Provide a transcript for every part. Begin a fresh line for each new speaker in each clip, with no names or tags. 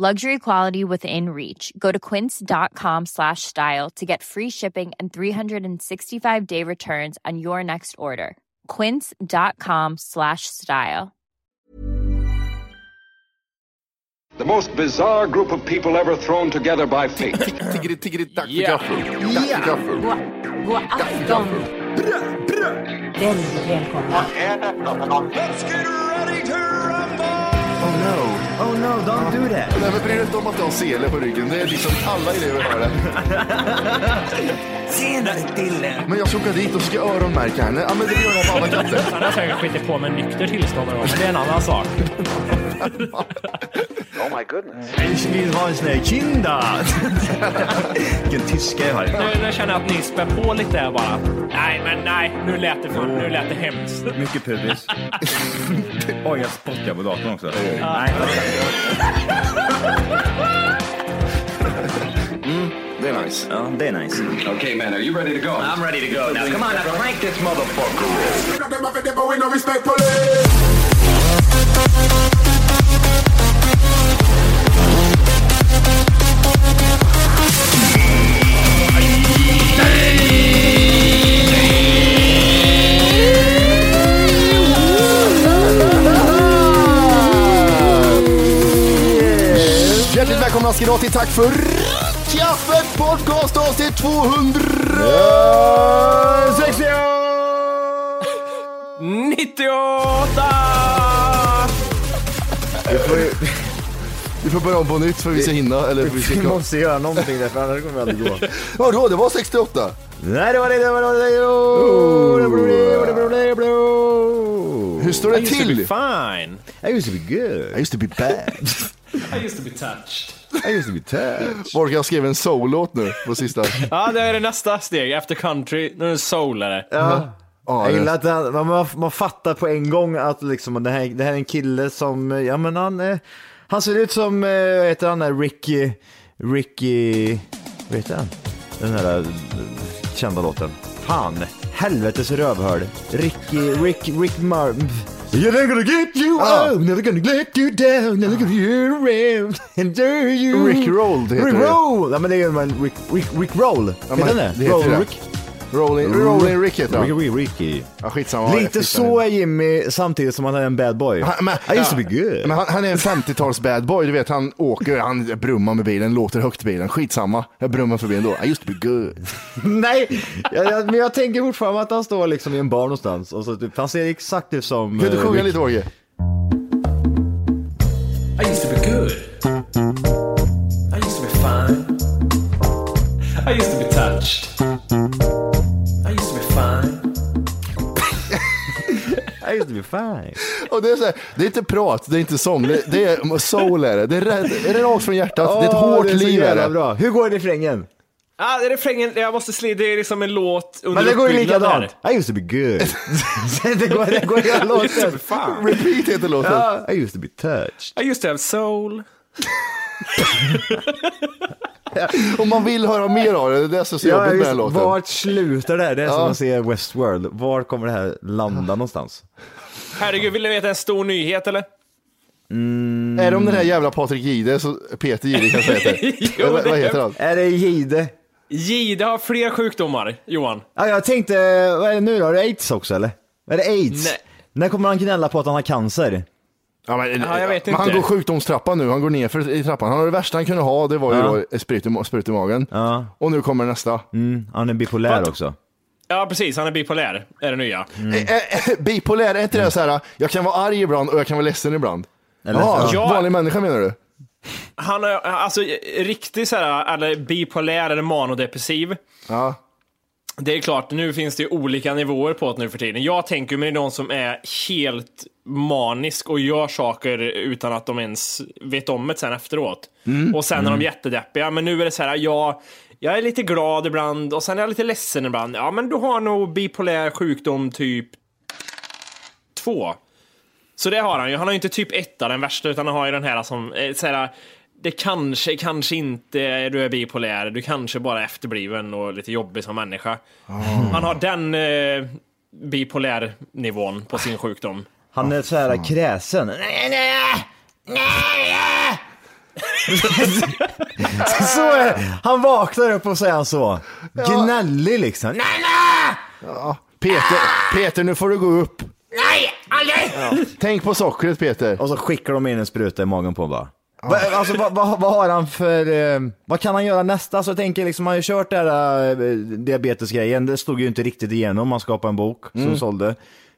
Luxury quality within reach. Go to quince.com slash style to get free shipping and 365 day returns on your next order. Quince.com slash style.
The most bizarre group of people ever thrown together by fate.
Tiggeri, tiggeri, dack för gaffel. Dack för gaffel.
God afton! Väldigt välkomna.
Oh no.
Oh no, don't do that!
Nej, men bry dig inte om att du har sele på ryggen. Det är liksom alla elever har det.
Tjenare Dille!
Men jag ska åka dit och ska öronmärka henne. Ja, men det gör jag på alla katter.
Han har säkert skitit på med nykter tillstånd någon gång, men det är en annan sak.
Ich will ha en Kinder! Vilken tyska jag har.
Nu, nu känner jag att ni spär på lite här bara. Nej, men nej. Nu lät det, fan, nu lät det hemskt.
Mycket pubis. Oj, jag spottar på datorn också. Nej,
Det är nice.
ja, det är nice.
Mm. okay, man, are you ready to go?
I'm ready to go now. Come on, now crank this motherfucker.
Hjärtligt välkomna ska ni vara till Tack för kaffet podcast avsnitt 200!
98!
Vi får, ju- vi får börja om på nytt för vi ska hinna. Eller för vi
Vi
ska...
måste göra någonting där för annars kommer vi aldrig gå.
Vadå, det var 68?
Nej det var det, det var det, det var det, det var det, det var det, det var det, det var
Hur
det.
står det till?
Fine.
I used to be
I
good.
used to be bad.
I used to be touched.
I used to be touched.
Borkan skrev en soul-låt nu på sista.
Ja, det är det nästa steg. Efter country, nu är det soulare.
Ja.
Ja,
Jag
det-
gillar att han, man- man, man fattar på en gång att liksom, det, här, det här är en kille som, eh, ja men han, eh, han ser ut som, eh, vad heter han, där, Ricky, Ricky, vad heter han? Den här eh, kända låten. Fan, helvetes rövhörd. Ricky, Rick, Rick Mar... You're never gonna get you
Ja.
up, never gonna let you down, never gonna you around, and there you...
Rick Roll, det heter
Rick
det.
Roll! Ja men det är ju man, Rick, Rick, Rick Roll.
men
heter
det
han det?
heter
Roll
det.
Rick.
Rolling, rolling Rick heter han.
Ricky, Ricky.
Ja, skitsamma.
Lite
Jag
så
fixar
är Jimmy samtidigt som han är en bad boy.
Han- men-
I used to be
ja.
good.
Men han, han är en 50-tals bad boy, du vet han åker, han brummar med bilen, låter högt i bilen, skitsamma. Jag brummar förbi ändå. I used to be good.
Nej, jag, jag, men jag tänker fortfarande att han står liksom i en bar någonstans och så typ, han ser exakt ut som...
Kan du
eh,
sjunga
Rick-
lite Åge?
I used to be good. I used to be fine. I used to be touched. I used to be fine.
I used to be fine.
Och det, är så här, det är inte prat, det är inte sång, det, det är soul är det. Det är, rätt- är det rakt från hjärtat, det är ett
Åh,
hårt
det är så
liv är
jävla
det.
Bra. Hur går refrängen?
Ja, det är refrängen. Jag måste slida. Det är liksom en låt under
Men det går ju
uppbyggnad här.
likadant. I used to be good. det går, det går hela låten.
Fan.
Repeat heter låten.
Ja, I used to be touched.
I used to have soul.
Om man vill höra mer av det, det är det som är så
Ja,
jobbigt med
just,
den låten.
vart slutar det här? Det är som man ser Westworld. Var kommer det här landa någonstans?
Herregud, vill ni veta en stor nyhet eller?
Mm. Är det om den här jävla Patrik Jihde, så Peter Jihde kanske heter?
Jo,
Eller vad-
det-
vad heter han?
Är det Jihde?
Jihde har fler sjukdomar, Johan.
Ja, jag tänkte, vad är det nu då? Har du aids också eller? Är det aids?
Nej.
När kommer han gnälla på att han har cancer?
Ja, men,
Ja, jag vet
men han
inte.
går sjukdomstrappan nu, han går ner för, i trappan. Han har det värsta han kunde ha, det var ju
Ja.
då ett sprut i, ma- sprut i magen.
Ja.
Och nu kommer nästa.
Mm, han är bipolär
Vad-
också.
Ja, precis. Han är bipolär, är det nya.
Eh, eh, Bipolär, är inte det så här, jag kan vara arg ibland och jag kan vara ledsen ibland?
Eller-
Jaha,
Ja.
vanlig människa menar du?
Han är alltså riktig så här, eller bipolär eller manodepressiv.
Ja.
Det är klart, nu finns det ju olika nivåer på det nu för tiden. Jag tänker mig någon som är helt manisk och gör saker utan att de ens vet om det sen efteråt. Och sen är de jättedeppiga. Men nu är det så här, ja, jag är lite glad ibland och sen är jag lite ledsen ibland. Ja, men du har nog bipolär sjukdom typ två. Så det har han ju. Han har ju inte typ etta, den värsta, utan han har ju den här som, eh, så här, det kanske, kanske inte är- du är bipolär, du kanske bara är efterbliven och lite jobbig som människa.
Ah.
Han har den eh, bipolär nivån på sin sjukdom.
Han är så här kräsen. Nej, nej, nej, nej. så är det. Han vaknar upp och säger han så. Gnällig liksom. Nej, nej,
Peter, Peter, nu får du gå upp.
nej, aldrig.
Tänk på sockret Peter.
Och så skickar de in en spruta i magen på honom bara. Va, alltså, vad vad- vad har han för, eh, vad kan han göra nästa? Så jag tänker liksom, han har ju kört den här eh, diabetesgrejen, det slog ju inte riktigt igenom, han skapade en bok som sålde.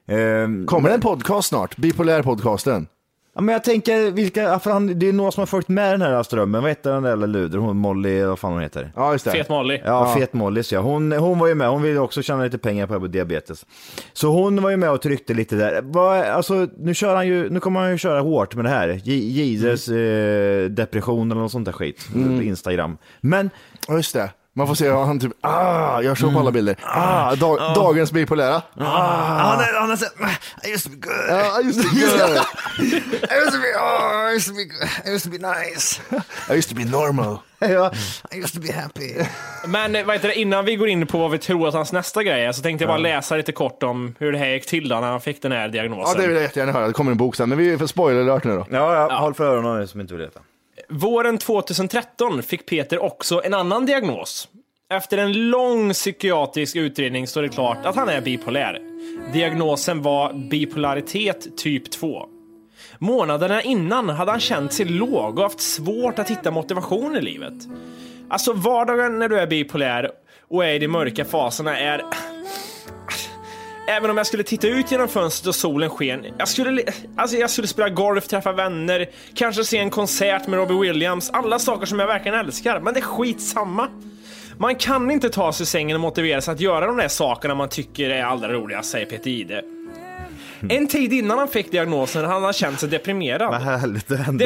Ehm,
Kommer det en podcast snart? Bipolärpodcasten.
Ja, men jag tänker, vilka, ja, för han, det är några som har följt med den här strömmen. Vad heter den där lilla luder? Hon Molly, vad fan hon heter?
Ja, just det.
Fet Molly.
Ja, fet Molly ja. Hon, hon var ju med, hon ville också tjäna lite pengar på diabetes. Så hon var ju med och tryckte lite där. Vad- Alltså, nu, kör han ju, nu kommer han ju köra hårt med det här. Je- Jesus eh, depression eller något sånt där skit på Instagram. Men
Ja, just det. Man får se hur han typ, ah, jag såg på alla bilder. Ah, dag, dagens bipolära.
han är, han är så, "Mm, I used to be good.
Ja, just det. Just det.
I used to be, oh, I used to be, good. I used to be nice.
I used to be normal.
ja, I used to be happy.
Men eh, vad heter det, innan vi går in på vad vi tror att hans nästa grej är så tänkte jag bara läsa lite kort om hur det här gick till då när han fick den här
Ja,
diagnosen.
det vill jag jättegärna höra. Det kommer en bok sen, men vi får spoiler alert nu då.
Ja, ja, håll för öronen nu som inte vill veta.
Våren 2013 fick Peter också en annan diagnos. Efter en lång psykiatrisk utredning står det klart att han är bipolär. Diagnosen var bipolaritet typ 2. Månaderna innan hade han känt sig låg och haft svårt att hitta motivation i livet. Alltså vardagen när du är bipolär och är i de mörka faserna är... Även om jag skulle titta ut genom fönstret och solen sken, jag skulle, alltså jag skulle spela golf, träffa vänner, kanske se en konsert med Robbie Williams, alla saker som jag verkligen älskar, men det är skitsamma. Man kan inte ta sig ur sängen och motivera sig att göra de där sakerna man tycker är allra roligast, säger Peter Jihde. En tid innan han fick diagnosen hade han känt sig deprimerad.
Vad härligt det hände.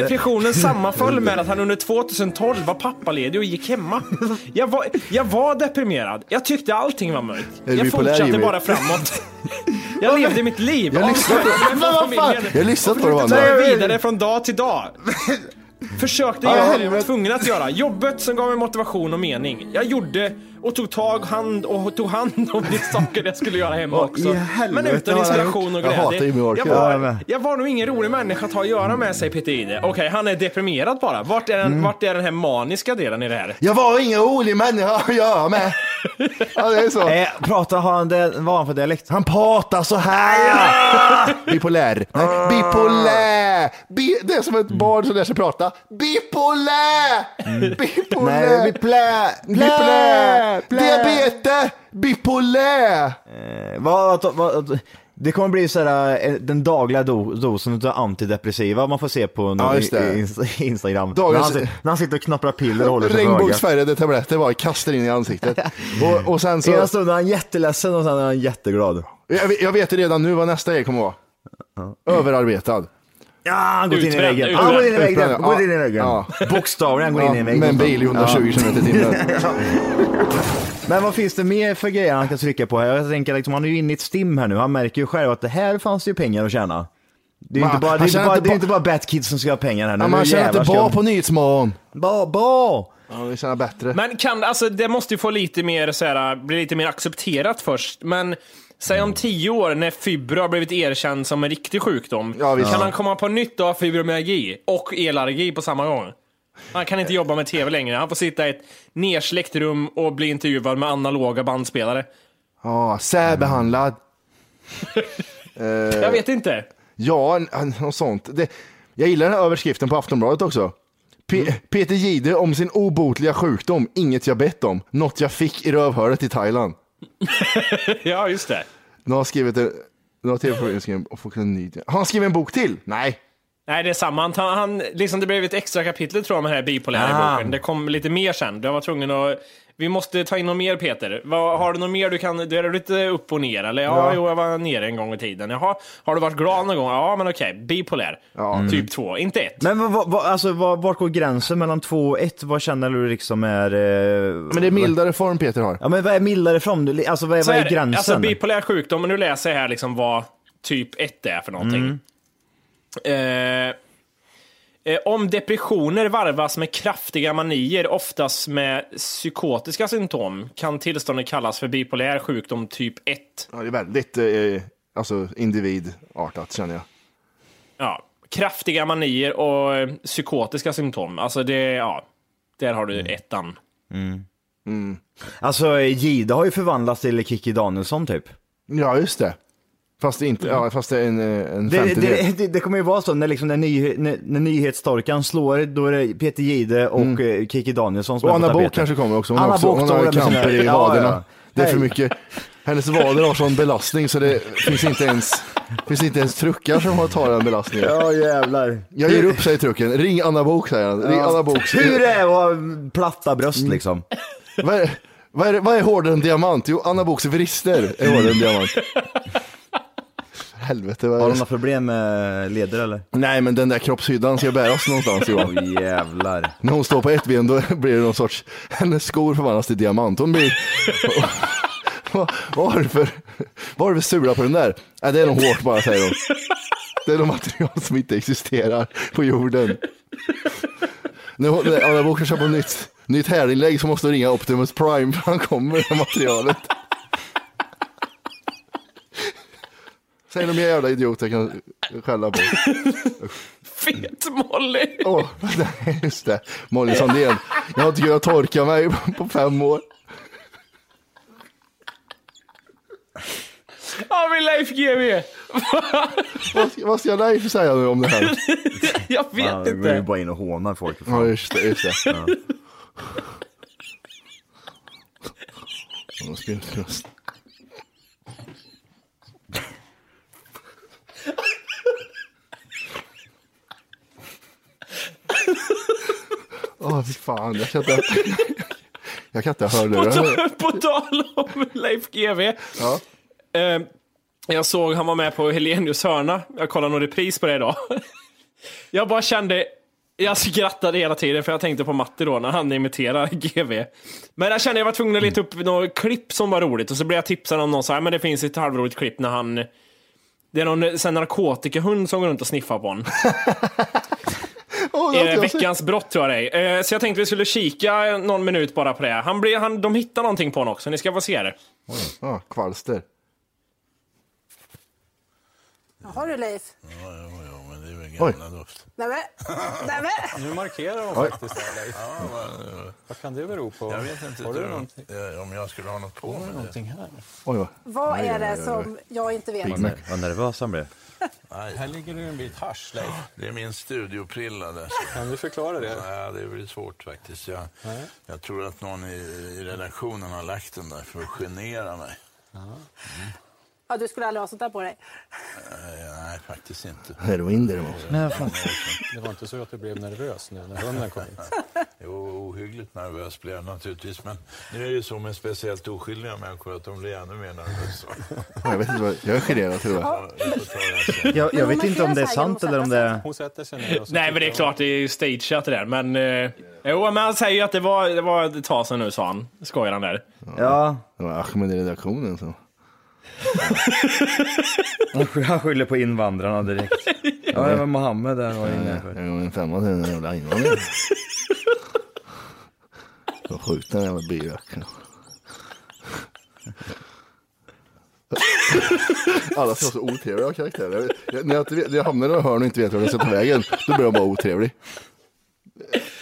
Depressionen sammanföll med att han under 2012 var pappaledig och gick hemma. Jag var, jag var deprimerad. Jag tyckte allting var mörkt.
Är du
Jag
bipolär,
fortsatte
Jimmy?
bara framåt. Jag levde mitt liv.
Jag lyssnar på
Avskärmade
Men
från
vad fan?
familjen.
Jag lyssnar på det
Och
Wanda.
försökte ta mig vidare från dag till dag. Försökte
Ja,
göra det jag var
helvete.
tvungen att göra. Jobbet som gav mig motivation och mening. Jag gjorde och tog tag hand och tog hand om de saker jag skulle göra hemma
Vad i
också. Men
helvete
utan
har han
inspiration och
gjort? Jag hatar
glädje.
Jimmy Walker.
Jag
Ja, men-
var, jag var nog ingen rolig människa att ha att göra med, säger Peter Ide. Okej, han är deprimerad bara. Vart är, den, vart är den här maniska delen i det här?
Jag var ingen rolig människa att göra med. Ja, det är så.
Eh, pratar har han, det, vad har han för dialekt?
Han pratar så här ja! Bipolär. Nej, bipolär. Bi- det är som ett barn som lär sig prata. Bipolär! Bipolär.
Mm. Nej, biplä,
Bipolär.
biplä, biplä.
Diabete. Bipolär.
Eh, vad, vad, vad, det kommer bli sådär, eh, den dagliga do, dosen av antidepressiva man får se på någon,
Ja, just
i,
det.
i, inst- Instagram.
Dagens-
När, han, sit- när han sitter och knopprar piller och håller sig för ögat.
Regnbågsfärgade tabletter bara kastar in i ansiktet. Och, och sen så,
Ena stunden är han jätteledsen och sen är han jätteglad.
jag, vet- jag vet redan nu vad nästa grej kommer vara. Överarbetad.
Ja, han går in i
Utbränd,
väggen.
utbränd.
Han går in i väggen.
Utbränd,
Han
ja.
går in i väggen.
Ja.
Bokstavligen går in i
Ja,
väggen.
med en bil i 120 km i timmen.
Men vad finns det mer för grejer han kan trycka på här? Jag tänker liksom, han är ju inne i ett stim här nu. Han märker ju själv att det här fanns ju pengar att tjäna. Det är ju
Man-
inte bara,
han
det är inte
tjänar
bara,
inte
det är
ba-
inte bara Batkids som ska ha pengar här nu.
Ja,
Nu
man känner
jävlar
inte
ska
bra
de-
på Nyhetsmorgon.
Ba, ba!
Ja, vi känner bättre.
Men kan, alltså det måste ju få lite mer så här, bli lite mer accepterat först. Men säg om tio år när fibro har blivit erkänd som en riktig sjukdom.
Ja, visst.
kan
Ja.
han komma på nytt av fibromyalgi och elallergi på samma gång? Han kan inte jobba med tv längre. Han får sitta i ett nersläckt rum och bli intervjuad med analoga bandspelare.
Ja, särbehandlad.
Jag vet inte.
Ja, n- något sånt. Det, Jag gillar den här överskriften på Aftonbladet också. Pe- Peter Gide om sin obotliga sjukdom, inget jag bett om, något jag fick i rövhålet i Thailand.
Ja, just det.
Nu har han skrivit en, nu har tv-programmet skrivit och fått en ny. Har han skrivit en bok till? Nej.
Nej, det är samma. Han, tar- han, liksom det blev ett extra kapitel tror jag om den här bipolära boken. Det kom lite mer sen. Jag var tvungen att... Vi måste ta in något mer Peter. Vad, har du något mer du kan... Du är lite upp och ner eller? Ja, jo, jag var nere en gång i tiden. Jaha, har du varit glad någon gång? Ja, men okej. Bipolär. Typ två, inte ett.
Men vad, vad, vad, alltså, vad, vart går gränsen mellan två och ett? Vad känner du liksom är... Eh...
Men det är mildare form Peter har.
Ja men vad är mildare från? Alltså vad är,
Så
vad
här,
är gränsen?
Alltså bipolär sjukdom, men nu läser jag här liksom vad typ 1 är för någonting. Eh, eh, om depressioner varvas med kraftiga manier, oftast med psykotiska symptom, kan tillståndet kallas för bipolär sjukdom typ 1.
Ja, det är väldigt eh, alltså, individartat känner jag.
Ja, kraftiga manier och eh, psykotiska symptom. Alltså det, ja, där har
Mm.
du ettan.
Alltså Gide har ju förvandlats till Kikki Danielsson typ.
Ja, just det. Fast det, är inte, ja, fast det är en, eh, en
Det,
femtedel.
det, det, det kommer ju vara så när, liksom, när, ny, när, när nyhetstorkan slår, då är det Peter Gide och mm. Kikki Danielsson som
Och
är på
Anna Bok
tapeten.
kanske kommer också. Hon, har
Anna
också,
Bok
hon
står
har
där med sina-
kramper i
Ja, ja.
vaderna. Det är för
Nej.
mycket. Hennes vader har sån belastning så det finns inte ens, finns inte ens truckar som har tar den belastningen.
Ja jävlar.
Jag ger upp säger trucken. Ring Anna Bok säger han. Ring Anna Bok.
Hur är det att ha platta bröst liksom?
Vad är, vad, är, vad är hårdare än diamant? Jo, Anna Boks vrister är hårdare än diamant. Helvete. Vad
Har
är
de
det?
några problem med leder eller?
Nej, men den där kroppshyddan ska bära oss någonstans Johan.
Åh jävlar.
När hon står på ett ben då blir det någon sorts, hennes skor förvandlas till diamant. Hon blir, vad, vad har du för, vad har du för sula på den där? Äh, det är nog hårt bara säger hon. Det är något material som inte existerar på jorden. När hon- när Anna Book ska köpa nytt, nytt härinlägg så måste hon ringa Optimus Prime för han kommer med det här materialet. Säg någon mer jävla idiot jag kan skälla på.
Fet Molly!
Åh, nej, just det. Molly Sandén. Jag har inte kunnat torka mig på fem år.
Ja, men Leif GW!
Vad ska, vad ska jag Leif säga nu om det här?
Jag vet
Ja, vi går ju
inte.
bara in och hånar folk.
Ja, just det. Just det. Ja. Ja, spjutbröst. Åh, fy fan. Jag kan inte... Jag kan inte höra
På
det.
tal- På tal om Leif GW.
Ja.
Eh, jag såg han var med på Helenius hörna. Jag kollade någon repris på det idag. jag bara kände, jag skrattade hela tiden för jag tänkte på Matti då när han imiterar GV. Men jag kände jag var tvungen att leta upp något klipp som var roligt och så blev jag tipsad om någon så här, men det finns ett halvroligt klipp när han det är någon sån narkotikahund som går runt och sniffar på honom.
Åh, det har inte
Eh,
jag sett.
veckans brott tror jag det är. Eh, Så jag tänkte vi skulle kika någon minut bara på det. här. Han blir, han, de hittar någonting på honom också, ni ska få se det.
Ja, kvalster.
Har du Leif?
Oj.
Nej, men. Nej, men.
Nu markerar hon
Oj.
faktiskt det, Leif. Vad kan det bero på? Jag vet inte. Har du någonting,
Om jag skulle ha något på
har du någonting här?
Oj, vad.
Vad är det som jag inte vet?
Vad ner- Vad nervös han blev.
Här ligger det en bit hasch, Leif.
Det är min studioprilla där.
Kan du förklara det?
Ja, det är väl svårt faktiskt. Jag, jag tror att någon i, i redaktionen har lagt den där för att genera mig.
Ja, du skulle aldrig ha sånt där på dig.
Eh, Nej, faktiskt inte.
Heroin däremot.
Det var inte så att du blev nervös nu när hunden kom hit.
Jo, ohyggligt nervös blev jag naturligtvis. Men nu är det ju så med speciellt oskyldiga människor att de blir ännu mer nervösa.
Jag vet inte vad, jag är generad tror jag.
Ja, vi får ta det här sen.
Jag, jag
hon
vet inte om det är
markerar så här
sant eller om det är...
Hon sätter sig ner och så
Nej men det är
tittar hon.
klart, det är ju stageat det där. Men, eh, jo men han säger ju att det var, det var ett tag sedan nu sa han. Skojar han där.
Ja,
Det var Ahmed i redaktionen som...
han sky- han skyller på invandrarna direkt. Ja, det var Mohammed där var inne.
Jag gav en femma till den där jävla invandringen. Jag skjuter den jävla byröken. Alla ska vara så otrevliga av karaktär. Jag, jag, när, jag, inte vet- när jag hamnar i några hörn och inte vet vart jag ska ta vägen, då blir jag bara otrevlig.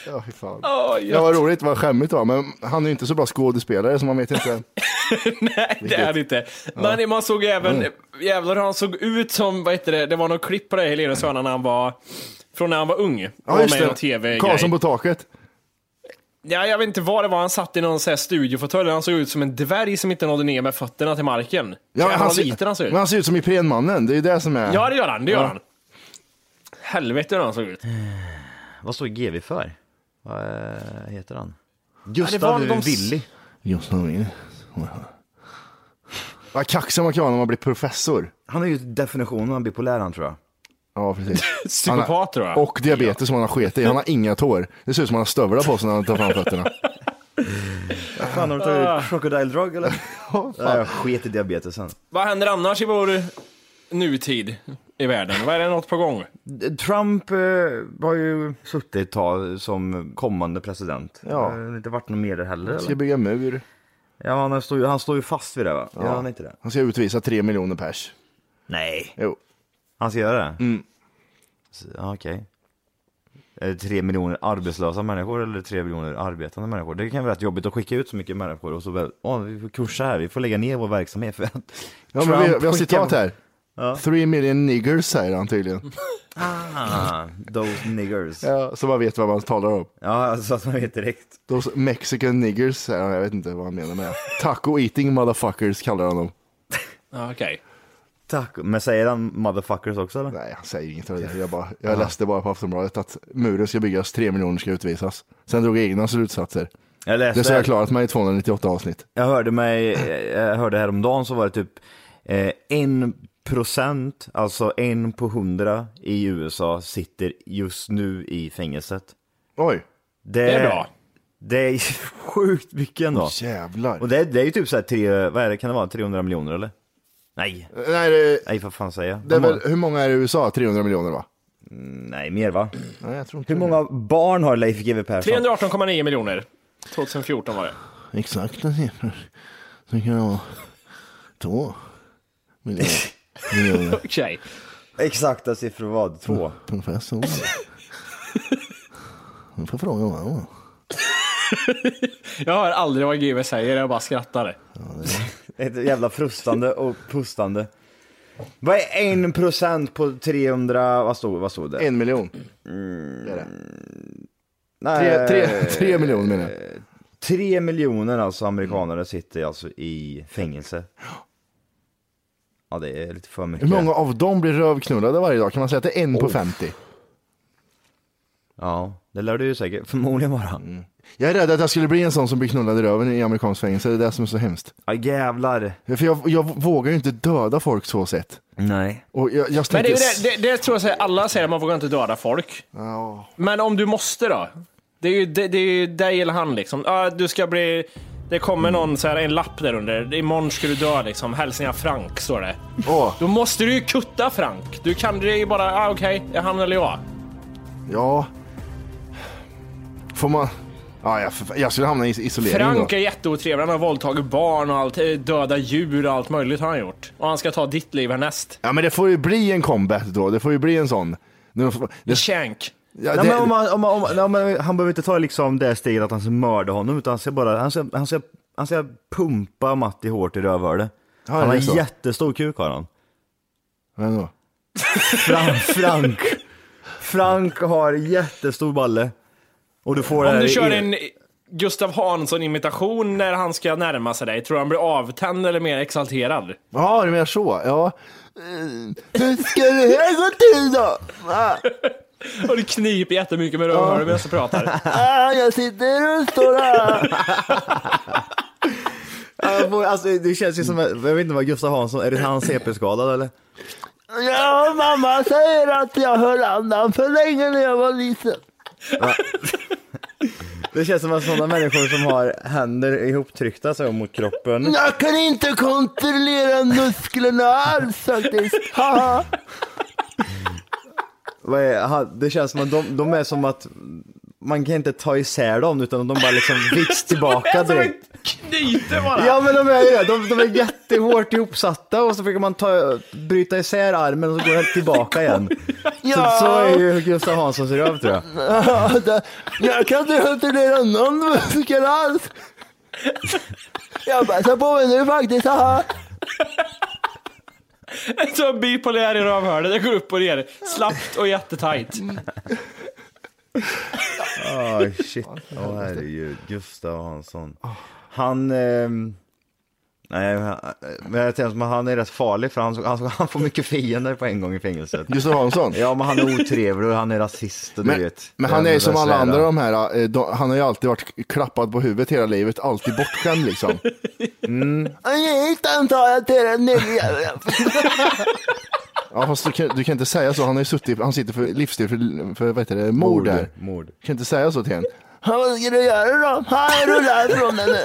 Ja, fy fan. det var roligt, det var skämmigt va, men han är ju inte så bra skådespelare så man vet inte.
Nej det är det inte. Men man såg
Mm.
ju även, jävlar hur han såg ut som, vad heter det, det var något klipp på det Helenius hörna när han var Från när han var ung. och
Ja,
var
just
med i en
det.
tv
Karlsson på taket.
Ja, jag vet inte vad det var. Han satt i någon sån här studiofåtölj. Han såg ut som en dvärg som inte nådde ner med fötterna till marken. Ja, han,
ser-
liten han såg ut.
Men han ser ut som Iprenmannen, det är ju det som är...
Ja, det gör han. Det gör
Ja.
han. Helvete hur han såg ut.
Vad står GV för? Vad eh, heter han?
var
Gustav
de s-
Willy.
Just nu. Vad kaxig man kan vara när man blir professor.
Han är ju definitionen av bipolär han tror jag.
Ja, precis. Han har-
Psykopat tror jag.
Och diabetes som han har skitit i. Han har inga tår. Det ser ut som han har stövlar på sig när han tar fram fötterna.
Fan har de tagit ut krokodildrog eller? Nej, jag sket i diabetesen.
Vad händer annars i vår nutid i världen? Vad är det något på gång?
Trump eh, har ju suttit ett tag som kommande president. Eh,
Ja.
Det har inte varit något mer heller
Han ska
eller?
bygga mur.
Ja, han, står ju, han står ju fast vid det va? Gör han inte det?
Han ska utvisa tre miljoner pers.
Nej.
Jo.
Han ska göra det? Mm. Ja, okej. Är det tre miljoner arbetslösa människor eller tre miljoner arbetande människor? Det kan vara rätt jobbigt att skicka ut så mycket människor och så väl, åh vi får kursa här, vi får lägga ner vår verksamhet för att
Ja, men vi,
Trump
vi har
skickar-
citat här. Three million niggers säger han tydligen.
Ah, those niggers. Ja,
Ja, så man vet vad man talar om.
alltså att man vet direkt.
Those Mexican niggers säger han. Jag vet inte vad han menar med det. Taco eating motherfuckers kallar han dem.
Ja, Okej.
Tack. Men säger han motherfuckers också eller?
Nej, han säger inget av det. Jag, bara, jag läste bara på Aftonbladet att muren ska byggas, tre miljoner ska utvisas. Sen drog jag egna slutsatser.
Jag läste,
Det så har jag klarat mig i 298 avsnitt.
Jag hörde mig, jag hörde häromdagen så var det typ eh, en procent, alltså en på hundra i USA sitter just nu i fängelset.
Oj,
Det,
är bra.
Det är sjukt mycket ändå.
jävlar.
Och det, det är ju typ så här tre, vad är det, kan det vara 300 miljoner eller? Nej,
Nej, det,
nej vad fan säger jag?
det är
Hur många-
väl, hur många är det i USA? 300 miljoner va?
Nej, mer va? Mm.
Nej, jag tror inte
Hur många barn har Leif GW Persson?
318,9 miljoner. 2014 var det.
Exakta siffror. Så kan det vara två miljoner. miljoner.
Okej.
Exakta siffror vad? Två?
Professor. Du får fråga honom.
Jag hör aldrig vad GW säger, jag bara skrattar.
Ett jävla frustande och pustande. Vad är en procent på 300, vad stod, vad stod det?
En miljon. Det är det. Eh,
Nej,
Mm. Tre, tre, tre miljoner menar jag.
tre miljoner alltså amerikaner sitter alltså i fängelse. Ja det är lite för mycket.
Hur många av dem blir rövknullade varje dag? Kan man säga att det är en på 50?
Ja, det lär du ju säkert, förmodligen vara.
Jag är rädd att jag skulle bli en sån som blir knullad i röven i amerikansk fängelse. Det är det som är så hemskt.
Ja jävlar.
För jag, jag vågar ju inte döda folk så sett.
Nej.
Och jag, jag
Men det, är
tänker-
ju det, det, det tror jag säger, alla säger, man vågar inte döda folk.
Ja.
Men om du måste då? Det är ju det, det är ju dig eller han liksom. Ja, du ska bli... Det kommer någon så här, en lapp där under. Imorgon ska du dö liksom. Hälsningar Frank, står det.
Åh,
Då måste du ju kutta Frank. Du kan det är ju bara, ah, okej, är han eller jag.
ja. Får man... Ja, jag, jag skulle hamna i isolering
Frank
då.
är jätteotrevlig. Han har våldtagit barn och allt, eh, döda djur och allt möjligt har han gjort. Och han ska ta ditt liv härnäst.
Ja, men det får ju bli en combat då. Det får ju bli en sån. Det, det,
Shank.
ja,
Nej,
det,
men om man, om man, om man, om man, han behöver inte ta liksom det steget att han ska mörda honom utan han ska bara, han ska, han ska, han ska pumpa Matti hårt i rövhålet.
det
han har
är så.
en jättestor kuk har han.
men då.
Frank, Frank, Frank har jättestor balle. Och du får det
Om
här
du
i-
kör en Gustav Hansson-imitation när han ska närma sig dig, tror du han blir avtänd eller mer exalterad?
Ja, du menar så. Ja. Eh, Hur ska det här gå till då? Ah,
Och du kniper jättemycket med rövhålet medan du pratar.
ah, jag sitter i rullstol här.
Ja, men Alltså, det känns ju som, jag vet inte vad Gustav Hansson, är det han CP-skadad eller?
Ja, mamma säger att jag höll andan för länge när jag var liten.
Det känns som att sådana människor som har händer ihoptryckta så mot kroppen.
Jag kan inte kontrollera musklerna alls faktiskt. Haha.
Vad är, aha, det känns som att de, de är som att man kan inte ta isär dem utan de bara liksom vips tillbaka
Som en
direkt.
knyte bara!
Ja men de är ju det, de, de är jättehårt ihopsatta och så försöker man ta, bryta isär armen och så går den tillbaka igen.
Ja.
Så, så är ju Gustav Hanssons röv tror jag.
jag kan inte kontrollera någon muskel alls. Jag passar på mig nu faktiskt. Haha.
Så en bipolär i rövhålet, det går upp och ner. Slappt och jättetajt.
Åh shit, åh herregud. Gustav Hansson.
Ah.
Han... ehm, nej, men han- men jag tänkte, men han är rätt farlig för han, han, han får mycket fiender på en gång i fängelset.
Gustav Hansson?
Ja, men han är otrevlig och han är rasist och du
Men,
vet.
men han är
Den
ju som
där
alla
släran.
andra de här, eh, de, han har ju alltid varit klappad på huvudet hela livet, alltid bortskämd liksom. Mm. Utan tar jag till den nya. Ja, fast du kan, du kan inte säga så, han, har ju suttit, han sitter för livstid för, för vad heter det, mord där.
Mord.
Du kan inte säga så till en. Vad ska du göra då? Han rullar ifrån henne.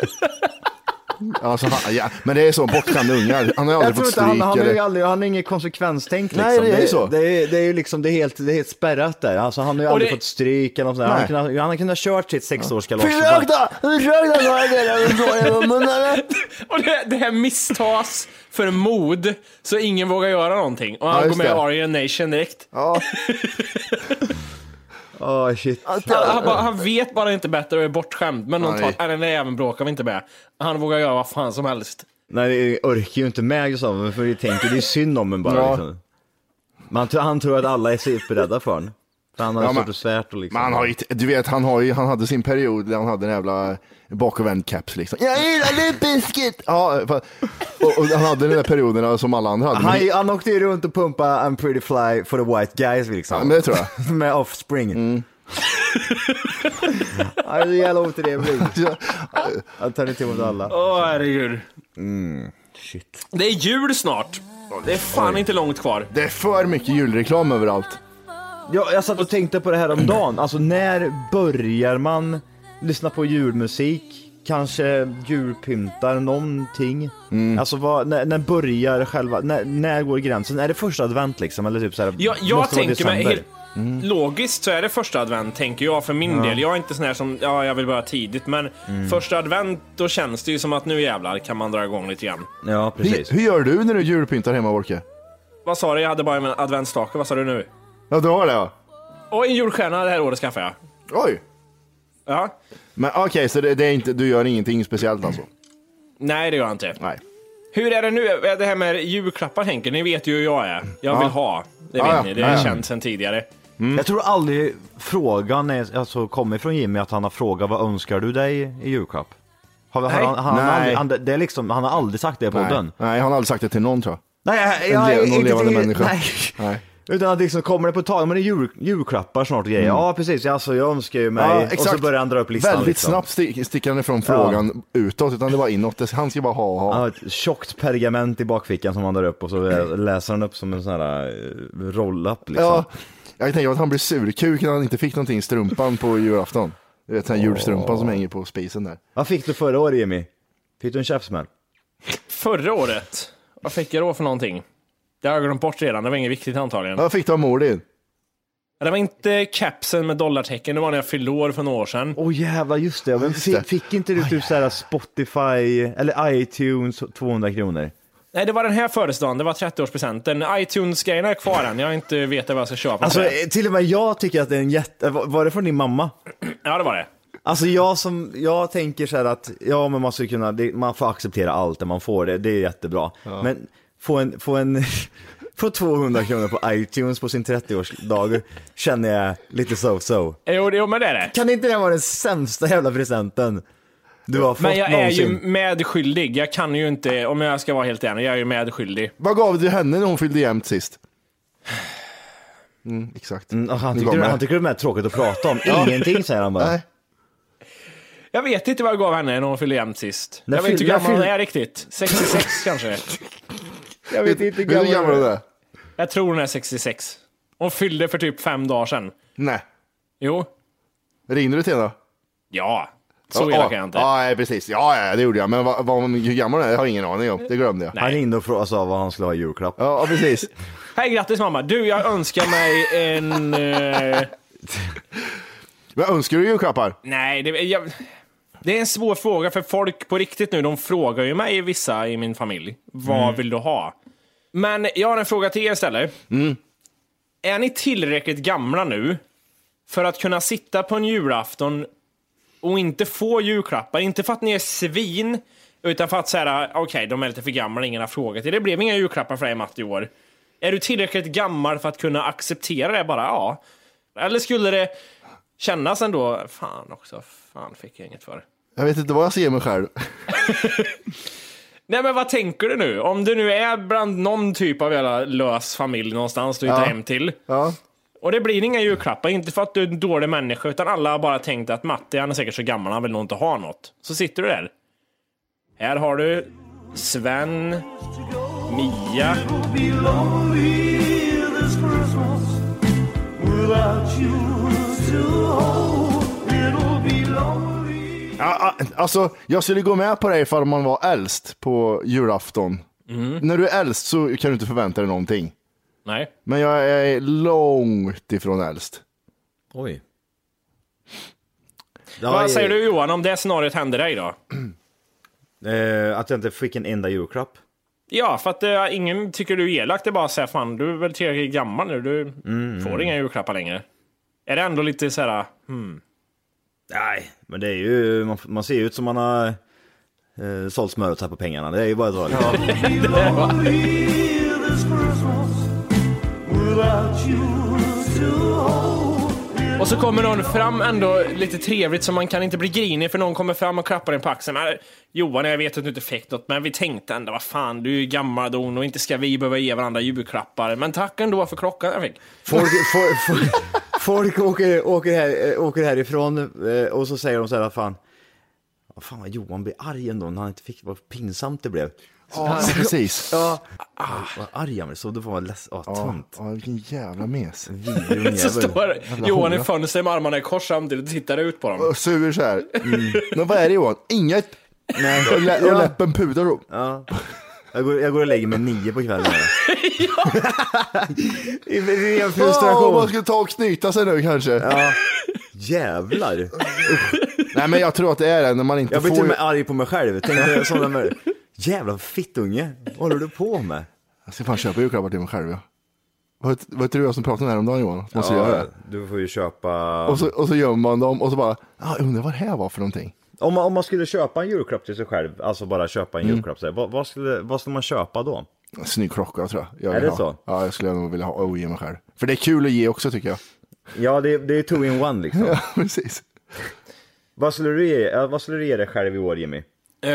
Alltså, han, ja, men det är så, bortskämda ungar. Han har ju
Jag
aldrig fått
tror inte
stryk.
han, han, är
eller-
ju aldrig, han har inget konsekvenstänk liksom.
Nej, det är ju så.
Det, är, det är ju liksom, det är helt, det är helt spärrat där. Alltså, han har ju
Och
aldrig
det-
fått stryk eller något sånt där.
Nej.
Han kunde- Han har kunnat kört sitt sexårskalas.
Försök då! Försök då! ta det där med dåliga munnen.
Och det, det här misstas för mod, så ingen vågar göra någonting. Och han
Ja,
går
just
med i
det.
Aryan Nation direkt.
Ja,
Åh shit.
Han, han, bara, han vet bara inte bättre och är bortskämd. Men någon tar,
Nej.
"Nej, den där jäveln bråkar vi inte med. Han vågar göra vad fan som helst.
Nej, vi orkar ju inte med Gustav, för vi tänker det är synd om en bara
Ja.
liksom. Man, tror- han tror att alla är superrädda för honom. För han har
Ja,
ja,
men-
supersvärt och liksom.
man har ju, du vet, han, har ju, han hade sin period där han hade den jävla bak och vänd caps liksom. Jag gillar det biscuit! Ja, fa- och, och han hade den där perioderna som alla andra hade. Men,
han, han åkte ju runt och pumpade I'm pretty fly for the white guys
ja,
liksom.
men Mm. det tror jag.
Med offspring. Han är så jävla otrevlig. Han tar inte emot alla.
Åh herregud.
Mm.
Det är jul snart. Det är fan inte långt kvar.
Det är för mycket julreklam överallt.
Ja, jag satt och tänkte på det här om dagen. Alltså när börjar man lyssna på julmusik? Kanske julpyntar någonting? Alltså vad, när, när börjar själva, när, när går gränsen? Är det första advent liksom? Eller typ så här,
Jag, jag
måste det vara
tänker mig,
december? Mm.
helt, logiskt så är det första advent tänker jag för min del. Jag är inte sån här som, ja jag vill börja tidigt men
Mm.
första advent då känns det ju som att nu jävlar kan man dra igång lite grann.
Ja,
Hur,
precis.
hur gör du när du julpyntar hemma Wolke?
Vad sa du? Jag hade bara en adventsstake, vad sa du nu?
Ja, du har det ja.
Och en julstjärna det här året skaffade jag.
Oj!
Ja.
Men okej, så det, det är inte, du gör ingenting speciellt alltså?
Nej det gör jag inte.
Nej.
Hur är det nu? Är Det här med julklappar Henke, ni vet ju hur jag är. Jag vill ha. Det vet
Ja, ja.
ni, det
Ja,
är
ja.
känt sedan tidigare.
Jag tror aldrig frågan är, alltså, kommer från Jimmy att han har frågat vad önskar du dig i julklapp? Har, har
Nej.
han, han,
Nej.
aldrig- han, det är liksom, han har aldrig sagt det i podden.
Nej. Nej, han har aldrig sagt det till någon tror jag.
Nej,
En
jag,
le-
jag,
någon
inte
levande
till-
människa.
Nej.
Nej.
Utan att liksom kommer det på tal, men det är jul, julklappar snart och grejer. Ja precis, alltså, jag önskar ju mig. och så börjar han dra upp listan.
Väldigt
liksom.
snabbt stick, sticker han ifrån frågan utåt, utan det var inåt. Det- Han ska bara ha och ha.
Han har ett tjockt pergament i bakfickan som han drar upp och så eh, läser han upp som en sån här eh, roll-up liksom.
Ja, jag tänker att han blir surkuk när han inte fick någonting i strumpan på julafton. Du vet den här julstrumpan som hänger på spisen där.
Vad fick du förra året Jimmy? Fick du en käftsmäll?
Förra året, vad fick jag då för någonting? Det har jag glömt bort redan, det var inget viktigt antagligen.
Ja, fick du av mor din?
Det var inte capsen med dollartecken, det var när jag fyllde år för några år sedan.
Åh jävlar, just det. Men
just
fick,
det.
fick inte du typ såhär Spotify eller iTunes 200 kronor?
Nej, det var den här födelsedagen, det var 30-årspresenten. iTunes-grejerna är kvar än, jag har inte vetat vad jag ska köpa.
Alltså eh, till och med jag tycker att det är en jätte... Var var det från din mamma?
ja, det var det.
Alltså jag som, jag tänker så här att, ja men man ska ju kunna, det, man får acceptera allt när man får det, det är jättebra. Men få en, få en, få 200 kronor på iTunes på sin 30-årsdag känner jag lite so-so.
Jo, det- jo men det är det.
Kan inte det vara den sämsta jävla presenten du har fått
Men jag är
någonsin?
ju medskyldig. Jag kan ju inte, om jag ska vara helt ärlig, jag är ju medskyldig.
Vad gav du henne när hon fyllde jämnt sist? Mm, exakt.
Mm, Han
Nu
tycker,
kommer
han
det.
tycker det är tråkigt att prata om. Ingenting säger han bara.
Nej.
Jag vet inte vad jag gav henne när hon fyllde jämnt sist.
När
jag vet inte hur
fyllde-
gammal hon
fyllde-
är riktigt. 66 kanske.
Jag vet
Vet du hur gammal hon är?
Jag tror hon är 66. Hon fyllde för typ fem dagar sedan.
Nej.
Jo.
Ringde du till henne?
Ja. Så
Ja,
elak
ja.
är jag inte.
Ja, nej, precis. Ja, ja, det gjorde jag. Men vad, vad, hur gammal hon är, det har jag ingen aning om. Det glömde jag.
Han ringde och frå- sa vad han skulle ha i julklapp.
Ja, ja, precis.
Hej, grattis mamma. Du, jag önskar mig en... Eh...
Men önskar du julklappar?
Nej, det, jag, det är en svår fråga för folk på riktigt nu, de frågar ju mig, vissa i min familj, vad vill du ha? Men jag har en fråga till er istället. Är ni tillräckligt gamla nu för att kunna sitta på en julafton och inte få julklappar? Inte för att ni är svin Utan för att säga, okej, de är lite för gamla, ingen har frågat dig. Det blev inga julklappar för dig Matt i år. Är du tillräckligt gammal för att kunna acceptera det bara? Ja. Eller skulle det kännas ändå, fan också, fan fick jag inget för.
Jag vet inte vad jag ser mig själv.
Nej men vad tänker du nu? Om du nu är bland någon typ av jävla lös familj någonstans du hittar
Ja.
hem till.
Ja.
Och det blir inga julklappar, inte för att du är en dålig människa, utan alla har bara tänkt att Matti, han är säkert så gammal, han vill nog inte ha något. Så sitter du där. Här har du Sven, Mia.
Ja, a- alltså, jag skulle gå med på det ifall man var äldst på julafton. När du är äldst så kan du inte förvänta dig någonting.
Nej.
Men jag är långt ifrån äldst.
Oj.
Vad säger du Johan, om det scenariot händer dig då?
Eh, att jag inte fick en enda julklapp.
Ja, för att eh, ingen tycker du är elak, det är bara såhär, fan du är väl tillräckligt gammal nu, du får inga julklappar längre. Är det ändå lite såhär, hmm.
Nej, men det är ju, man, man ser ju ut som man har eh, sålt smör och tappat pengarna. Det är ju bara drag.
Och så kommer någon fram ändå lite trevligt så man kan inte bli grinig för någon kommer fram och klappar en på axeln. Nej, Johan, jag vet att du inte fick något, men vi tänkte ändå, vad fan, du är ju gammal don och inte ska vi behöva ge varandra julklappar. Men tack ändå för klockan jag fick.
Folk, folk, folk, folk åker, åker, här, eh, åker härifrån eh, och så säger de så här, fan, vad fan vad Johan blir arg ändå när han inte fick, vad pinsamt det blev.
Ja, precis.
Ja. Vad arg han blev, så då var han ledsen, åh tönt.
Ja, vilken jävla mes.
Vidrig
Så
ungjävel.
står Johan i
hora.
fönstret med armarna i kors samtidigt och tittar ut på dem.
Och Sur så här. Men vad är det Johan? Inget.
Nej,
Och, lä- och läppen pudrar upp.
ja. jag, går, jag går och lägger mig nio på kvällen. I i ren
Åh, man
frustration.
skulle ta och knyta sig nu kanske.
Jävlar.
Nej men jag tror att det är det när man inte
Jag blir till
får.
och med arg på mig själv. Tänkte sådana med. Jävla fittunge, vad håller du på med?
Jag ska fan köpa julklappar till mig själv ja. Vad var inte det jag som pratade om det häromdagen Johan? Att Man ska göra det.
du får ju köpa...
Och så, och så gömmer man dem och så bara, ah, jag undrar vad det här var för någonting.
Om man, om man skulle köpa en julklapp till sig själv, alltså bara köpa en julklapp, så här, vad, vad, skulle, vad skulle man köpa då?
En Snygg klocka tror jag. jag
Är
vill
det
ha.
så?
Ja, jag skulle nog vilja ha och ge mig själv. För det är kul att ge också tycker jag.
Ja, det, det är two in one liksom.
Ja, precis.
vad, skulle du ge, ja, vad skulle du ge dig själv i år, Jimmy?
Eh,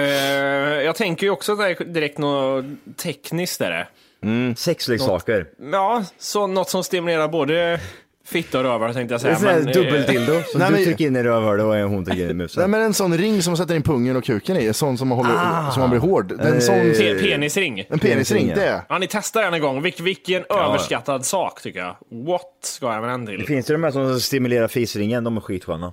jag tänker ju också att det är direkt något tekniskt är det.
Mm. Sexleksaker.
Ja, så, något som stimulerar både fitta och rövare tänkte jag
Det är
säga.
en sån här
men, eh,
dubbeldildo som
Nej,
du
men-
trycker in i rövhålet och hon trycker in
Nej
i musen.
men en sån ring som man sätter in pungen och kuken i, en sån som man, håller, som man blir hård. Det är en sån...
eh, pe- Penisring.
En penisring,
Penisring,
det är.
Ja, ni testar den en gång. Vilk, vilken överskattad sak tycker jag. What ska jag använda den
Det
till?
finns ju de här som stimulerar fisringen, de är skitsköna.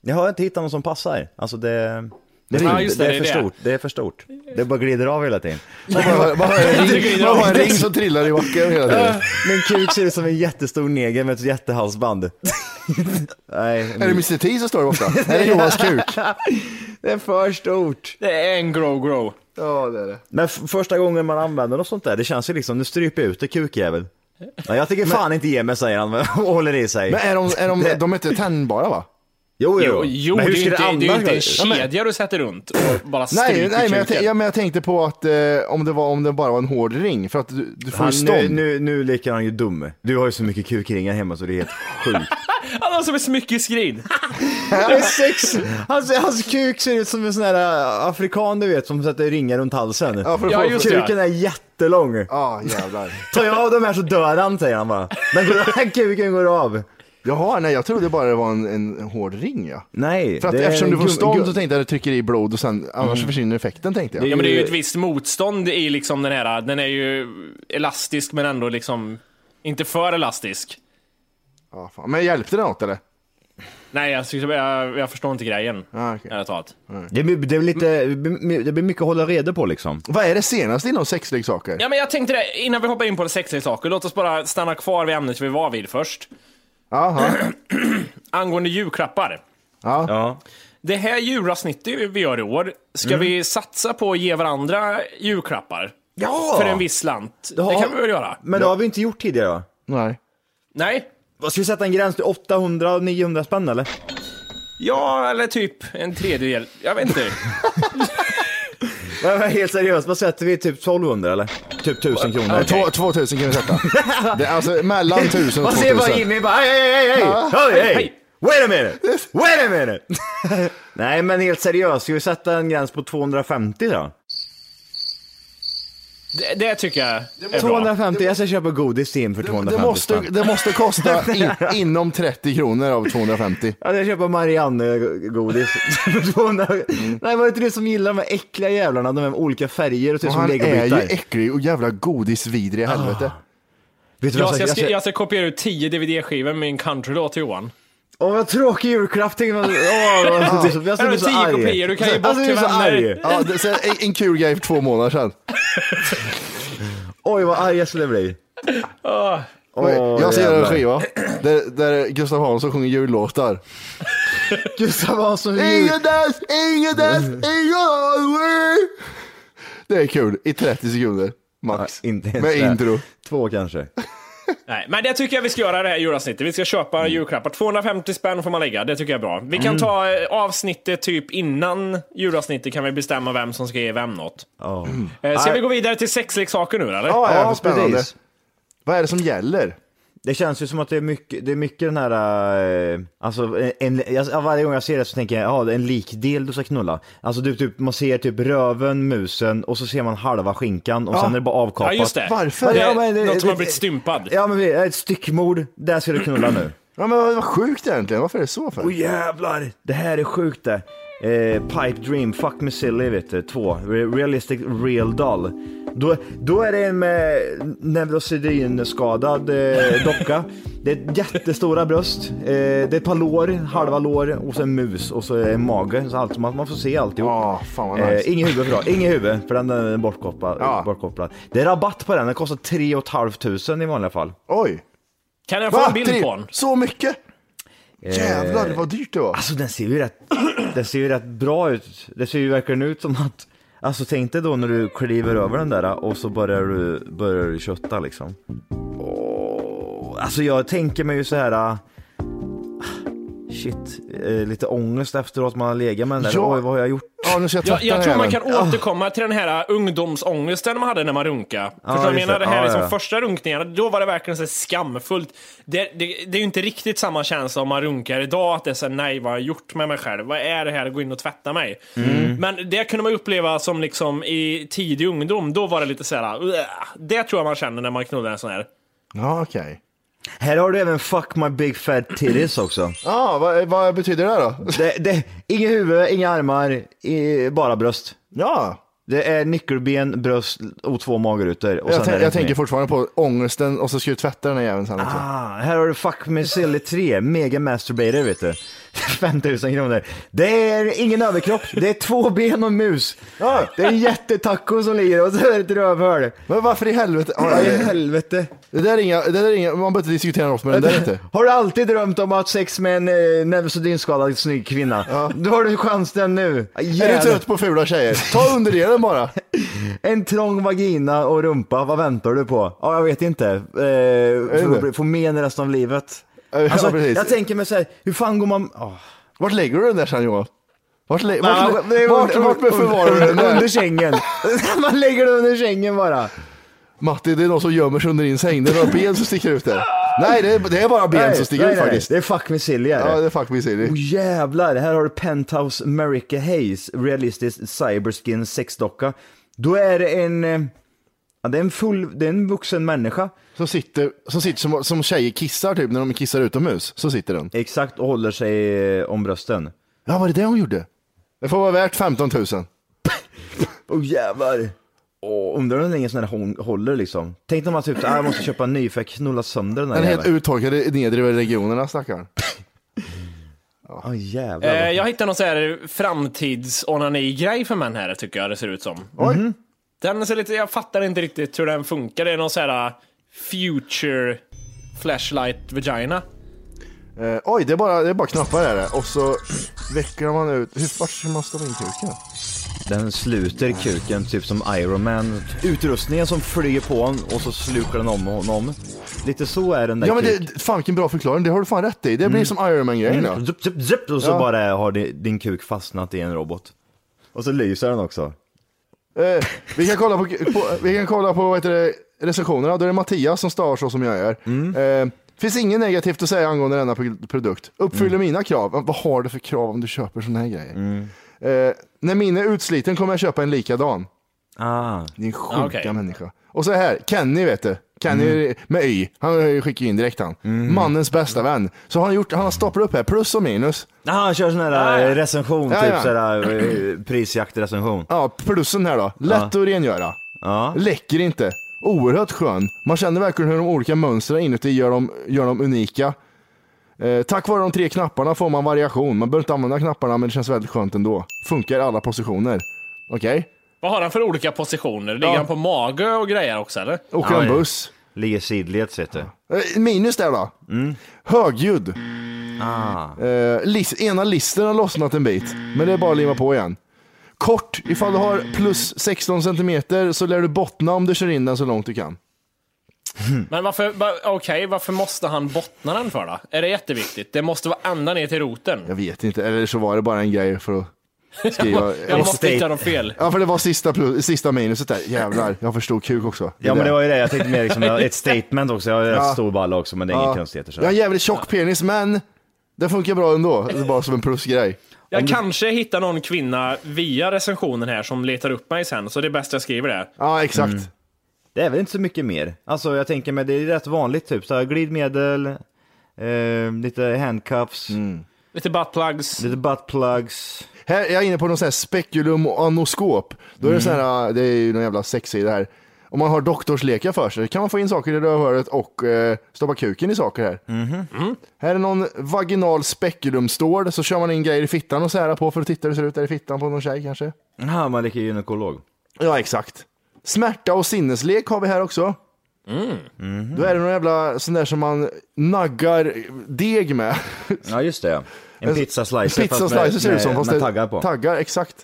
Jag har inte hittat någon som passar. Alltså det... Det är,
Ja,
för-
just
det
det,
är
det är
för
det.
stort. Det är för stort. Det bara glider av hela tiden.
Man bara- man har en ring- man har en ring som trillar i backen hela tiden.
Min kuk ser ut som en jättestor neger med ett jättehalsband. Nej,
Är det Mr T som står där borta? Är det Johans kuk?
det är för stort.
Det är en grow-grow.
Ja, det är det.
Men f- första gången man använder något sånt där, det känns ju liksom, nu stryper jag ut det kukjävel. Nej, jag tänker fan inte ge mig säger han och håller i sig.
Men är de, är de, de är inte tändbara va?
Jo, jo.
jo
Men hur
det, är ju
ska det
inte, det är ju inte en
annars vara?
kedja du sätter runt och bara
Nej,
stryker
nej men, jag
kuken.
tän- ja, men jag tänkte på att eh, om, det var, om det bara var en hård ring, för att du, du får ju
Han, eh, nu,
stånd.
nu, nu leker han ju dum. Du har ju så mycket kukringar hemma så det är helt sjukt.
Han har som ett smyckeskrin.
Han är sex. Hans, hans kuk ser ut som en sån här äh, afrikan du vet som sätter ringar runt halsen.
Ja, för att Ja, få- just det.
Kuken är jättelång.
Ja, jävlar.
Tar jag av dem här så dör han säger han bara. Men går- den kuken går av.
Jaha, nej jag trodde bara det var en, en, en hård ring ja.
Nej.
För att
det är
eftersom du får
gum-
stånd
gum-
så tänkte jag att du trycker i blod och sen, annars
Mm.
försvinner effekten tänkte jag.
Ja, men det är ju ett visst motstånd i liksom den här, den är ju elastisk men ändå liksom inte för elastisk.
Ja, fan. Men hjälpte det något eller?
Nej, jag, jag, jag förstår inte grejen.
Ah, okay.
Ärligt talat.
Det blir, det, blir lite, det blir mycket att hålla reda på liksom.
Vad är det senaste inom sexleksaker?
Ja, men jag tänkte det, innan vi hoppar in på sexleksaker, låt oss bara stanna kvar vid ämnet vi var vid först.
Aha.
Angående julklappar.
Ja.
Det här julavsnittet vi gör i år, ska
Mm.
vi satsa på att ge varandra julklappar?
Ja!
För en viss slant. Det,
har-
kan vi väl göra?
Men det har vi inte gjort tidigare va?
Nej.
Nej.
Vad ska vi sätta en gräns till 800-900 spänn eller?
Ja, eller typ en tredjedel. Jag vet inte.
Jag var helt seriöst, vad sätter vi? Typ 1200 eller? Typ 1000 kronor?
Nej, två- 2000 kan vi sätta. det är alltså mellan 1000 och
Vad ser bara
2000.
Jimmy bara, hej, hej, hej,
Ja.
hej, hej, hej,
Hej.
wait a minute, wait a minute. Nej men helt seriöst, ska vi sätta en gräns på 250 då?
Det, det tycker jag är bra.
250, jag ska köpa godis till Jim för 250
Det måste,
spänn.
det måste kosta in, inom 30 kronor av 250.
Ja, jag köper Marianne-godis. för 200. Nej, var det inte du som gillar de här äckliga jävlarna, de här med olika färger och ser ut
Och
som
han är ju
legobitar? Ah.
äcklig och jävla godisvidrig i helvete.
Vet du
Jag
vad
ska,
jag
jag, ska,
ska...
jag ska kopiera ut 10 DVD-skivor med en countrylåt till Johan.
Åh vad tråkig julklapp, tänk man... Åh, jag skulle bli
Här har du
så
10
arg.
kopior, du kan ge bort
Alltså, jag
till
blir så
vänner.
arg.
Ja, det, sen, en- en kul grej för två månader sedan.
Oj vad arg jag skulle bli. Åh,
jag ser en
jävlar.
skiva där, där Gustav Hansson sjunger jullåtar.
Gustav Hansson jul...
Ingen dans, ingen dans, ingen alvor. Det är kul i 30 sekunder max.
Ja, inte ens
Med
det.
intro.
Två kanske.
Nej, men det tycker jag vi ska göra det här julavsnittet. Vi ska köpa julklappar. 250 spänn får man lägga, det tycker jag är bra. Vi kan
Mm.
ta eh, avsnittet typ innan julavsnittet kan vi bestämma vem som ska ge vem något.
Ja. Mm.
Eh, Ska
Nej.
vi gå vidare till sexleksaker nu eller?
Ja, ja,
Ja,
spännande.
precis.
Vad är det som gäller?
Det känns ju som att det är mycket, det är mycket den här, eh, alltså en, jag, varje gång jag ser det så tänker jag, ja det är en likdel du ska knulla. Alltså du, typ, man ser typ röven, musen och så ser man halva skinkan och
Ja.
sen är det bara avkapat.
Ja, just det.
Varför?
Det är
Ja, men det-
något som har
det-
blivit stympad.
Ja men det är ett styckmord, där ska du knulla nu.
Ja, men vad vad sjukt egentligen. Varför är det så för?
Åh jävlar, det här är sjukt det. Eh, Pipe Dream, Fuck Me Silly vet du, två. Re- Realistic Real Doll. Då, då är det en med neurosedynskadad eh, docka. Det är jättestora bröst, eh, det är ett par lår, halva lår och så en mus och så en mage. Så allt, man, man får se alltihop.
Ja, Ah, fan vad nice.
Eh, inget huvud för då, inget huvud för den är bortkopplad. bortkopplad. Det är rabatt på den, den kostar 3 500 i vanliga fall.
Oj.
Kan jag få
Va?
en bild
Tre-
på den?
Så mycket?
Eh,
Jävlar vad dyrt det var.
Alltså den ser ju rätt, den ser ju rätt bra ut. Det ser ju verkligen ut som att, alltså tänk dig då när du kliver över den där och så börjar du, börjar du kötta liksom. Åh, alltså jag tänker mig ju så här. ah, Shit, eh, lite ångest efteråt man har legat med den där.
Ja.
Oj, vad har jag gjort?
Ja, nu ska jag tvätta
Jag, jag tror
den här
man kan
jäveln. Ja.
återkomma till den här ungdomsångesten man hade när man runkade. Förstår du vad jag
just det.
menar? Det här
Ja,
är som
ja.
första runkningarna, då var det verkligen så här skamfullt. Det, det, det är ju inte riktigt samma känsla om man runkar idag, att det är såhär, nej vad har jag gjort med mig själv? Vad är det här? Gå in och tvätta mig.
Mm.
Men det kunde man ju uppleva som liksom i tidig ungdom, då var det lite såhär, "Ugh." det tror jag man känner när man knullar en sån här.
Ja, okej.
Här har du även Fuck My Big Fat Titties också.
Ja, vad, vad betyder det då?
Det, det, inga huvud, inga armar, i, bara bröst.
Ja,
Det är nyckelben, bröst och två magrutor. Och
jag,
sen
tän-
är det
jag
inte mer.
tänker fortfarande på ångesten och så ska du tvätta den här jäveln sen också.
Ah, här har du Fuck Me Silly 3, Mega Masturbator vet du. 5000 kronor. Det är ingen överkropp, det är två ben och mus.
Ja.
Det är en jättetaco som ligger och så är det ett rövhål.
Men varför i helvete? Ja,
Vad i
det,
helvete?
det där är inga, det där är inga, man behöver inte diskutera något med den där inte.
Har du alltid drömt om att ha sex med en eh, neurosedynskadad snygg kvinna? Då har du chansen nu.
Är du
Jävlar.
trött på fula tjejer? Ta underdelen bara.
En trång vagina och rumpa, vad väntar du på? Ja, jag vet inte. Eh, för
det?
att bli- få men resten av livet.
Ja,
Alltså,
precis.
jag tänker mig så här, hur fan går man... Åh,
Vart lägger du den där sen Johan? Vart, lä-
Man-
vart,
det är
lä- vart,
under-
vart, vart förvarar du den där?
Under sängen. Man lägger den under sängen bara.
Matti, det är någon som gömmer sig under din säng. Det är några ben som sticker ut där. Nej, det är, det är bara ben
Nej,
som sticker
nej,
ut
nej.
faktiskt.
Det är fuck me silly är
Ja, det är fuck me silly.
Oh, jävlar, här har du Penthouse America Hayes, realistisk cyberskin sexdocka. Då är det en, eh, ja, det är en full, det är en vuxen människa.
Som sitter, som, sitter som, som tjejer kissar typ när de kissar utomhus. Så sitter den.
Exakt, och håller sig eh, om brösten.
Ja, var det det hon gjorde? Det får vara värt 15 000.
Åh oh, jävlar. Åh, undrar hur länge sån här hon håller liksom. Tänk om man typ, ah, jag måste köpa en ny för jag knulla sönder den här
Den är helt
jäveln.
uttorkad i nedre regionerna stackarn.
Ja jävlar.
Eh, jag hittar någon så här framtidsonani-grej för män här, tycker jag det ser ut som.
Oj.
Den ser lite, jag fattar inte riktigt hur den funkar. Det är någon så här eh, future flashlight vagina.
Eh, oj, det är, bara, det är bara knappar är det. Och så vecklar man ut. Hur vart ska man stoppa in kuken?
Den sluter kuken typ som Iron Man. Utrustningen som flyger på honom och så slukar den om honom. Lite så är den där
Ja men
kuken.
det, fan vilken bra förklaring, det har du fan rätt i. Det blir
Mm.
som Iron Man-grejen.
Mm.
Mm.
Zup, zup, zup, och så
Ja.
bara har di- din kuk fastnat i en robot. Och så lyser den också.
Eh, vi kan kolla på, på, vi kan kolla på vad heter det, recensionerna, då är det Mattias som stavar så som jag gör.
Mm.
Eh, finns inget negativt att säga angående denna pro- produkt. Uppfyller
Mm.
mina krav. Vad vad har du för krav om du köper såna här grejer? Eh, när min är utsliten kommer jag köpa en likadan.
Ah.
Din sjuka
Ah, okej.
människa. Och så här, Kenny vet du. Kenny med Y, han skickar in direkt han. Mannens bästa vän. Så han har, gjort, han har stoppat upp här, plus och minus.
Ah, han kör sån här eh, recension,
Ja,
typ
ja.
sån här eh, prisjaktrecension.
Ja, plussen här då. Lätt att rengöra. Läcker inte. Oerhört skön. Man känner verkligen hur de olika mönstren inuti gör dem, gör dem unika. Eh, tack vare de tre knapparna får man variation. Man behöver inte använda knapparna men det känns väldigt skönt ändå. Funkar i alla positioner. Okej?
Vad har han för olika positioner? Ligger
Ja.
han på mage och grejer också eller?
Åker en buss.
Ligger sidleds vet du.
Eh, minus där då.
Mm.
Högljudd.
Ah.
Eh, lis- ena listen har lossnat en bit, men det är bara att limma på igen. Kort, ifall du har plus 16 centimeter så lär du bottna om du kör in den så långt du kan.
Men varför, va, okej, varför måste han bottna den för då? Är det jätteviktigt? Det måste vara ända ner till roten.
Jag vet inte, eller så var det bara en grej för att skriva.
Jag måste hitta dem fel.
Ja, för det var sista, plus, sista minuset där. Jävlar, jag förstod kuk också.
Ja men det var ju det, jag tänkte mer liksom, ett statement också. Jag har rätt
Ja.
stor balla också men det är inga konstigheter. Så.
Jag har en jävligt tjock penis, men det funkar bra ändå. Det är bara som en plusgrej.
Jag kanske hittar någon kvinna via recensionen här som letar upp mig sen, så det är bäst jag skriver det.
Ja exakt.
Mm. Det är väl inte så mycket mer. Alltså jag tänker mig, det är rätt vanligt typ. Så här, glidmedel, eh, lite handcuffs,
Lite buttplugs.
lite buttplugs.
Här är jag inne på någon sån här spekulum och anoskop. Då är det så här, det är ju någon jävla sexsida här. Om man har doktorslekar för sig kan man få in saker i rövhålet och eh, stoppa kuken i saker här. Här är någon vaginal spekulumstål, så kör man in grejer i fittan och så här på för att titta hur det ser ut där i fittan på någon tjej kanske.
Ja, man leker gynekolog.
Ja, exakt. Smärta och sinneslek har vi här också. Då är det någon jävla sån där som man naggar deg med.
Ja just det. En pizzaslicer
Pizza slicer ser det ut som,
med,
fast
med
det
taggar på. Mm.
Taggar, exakt.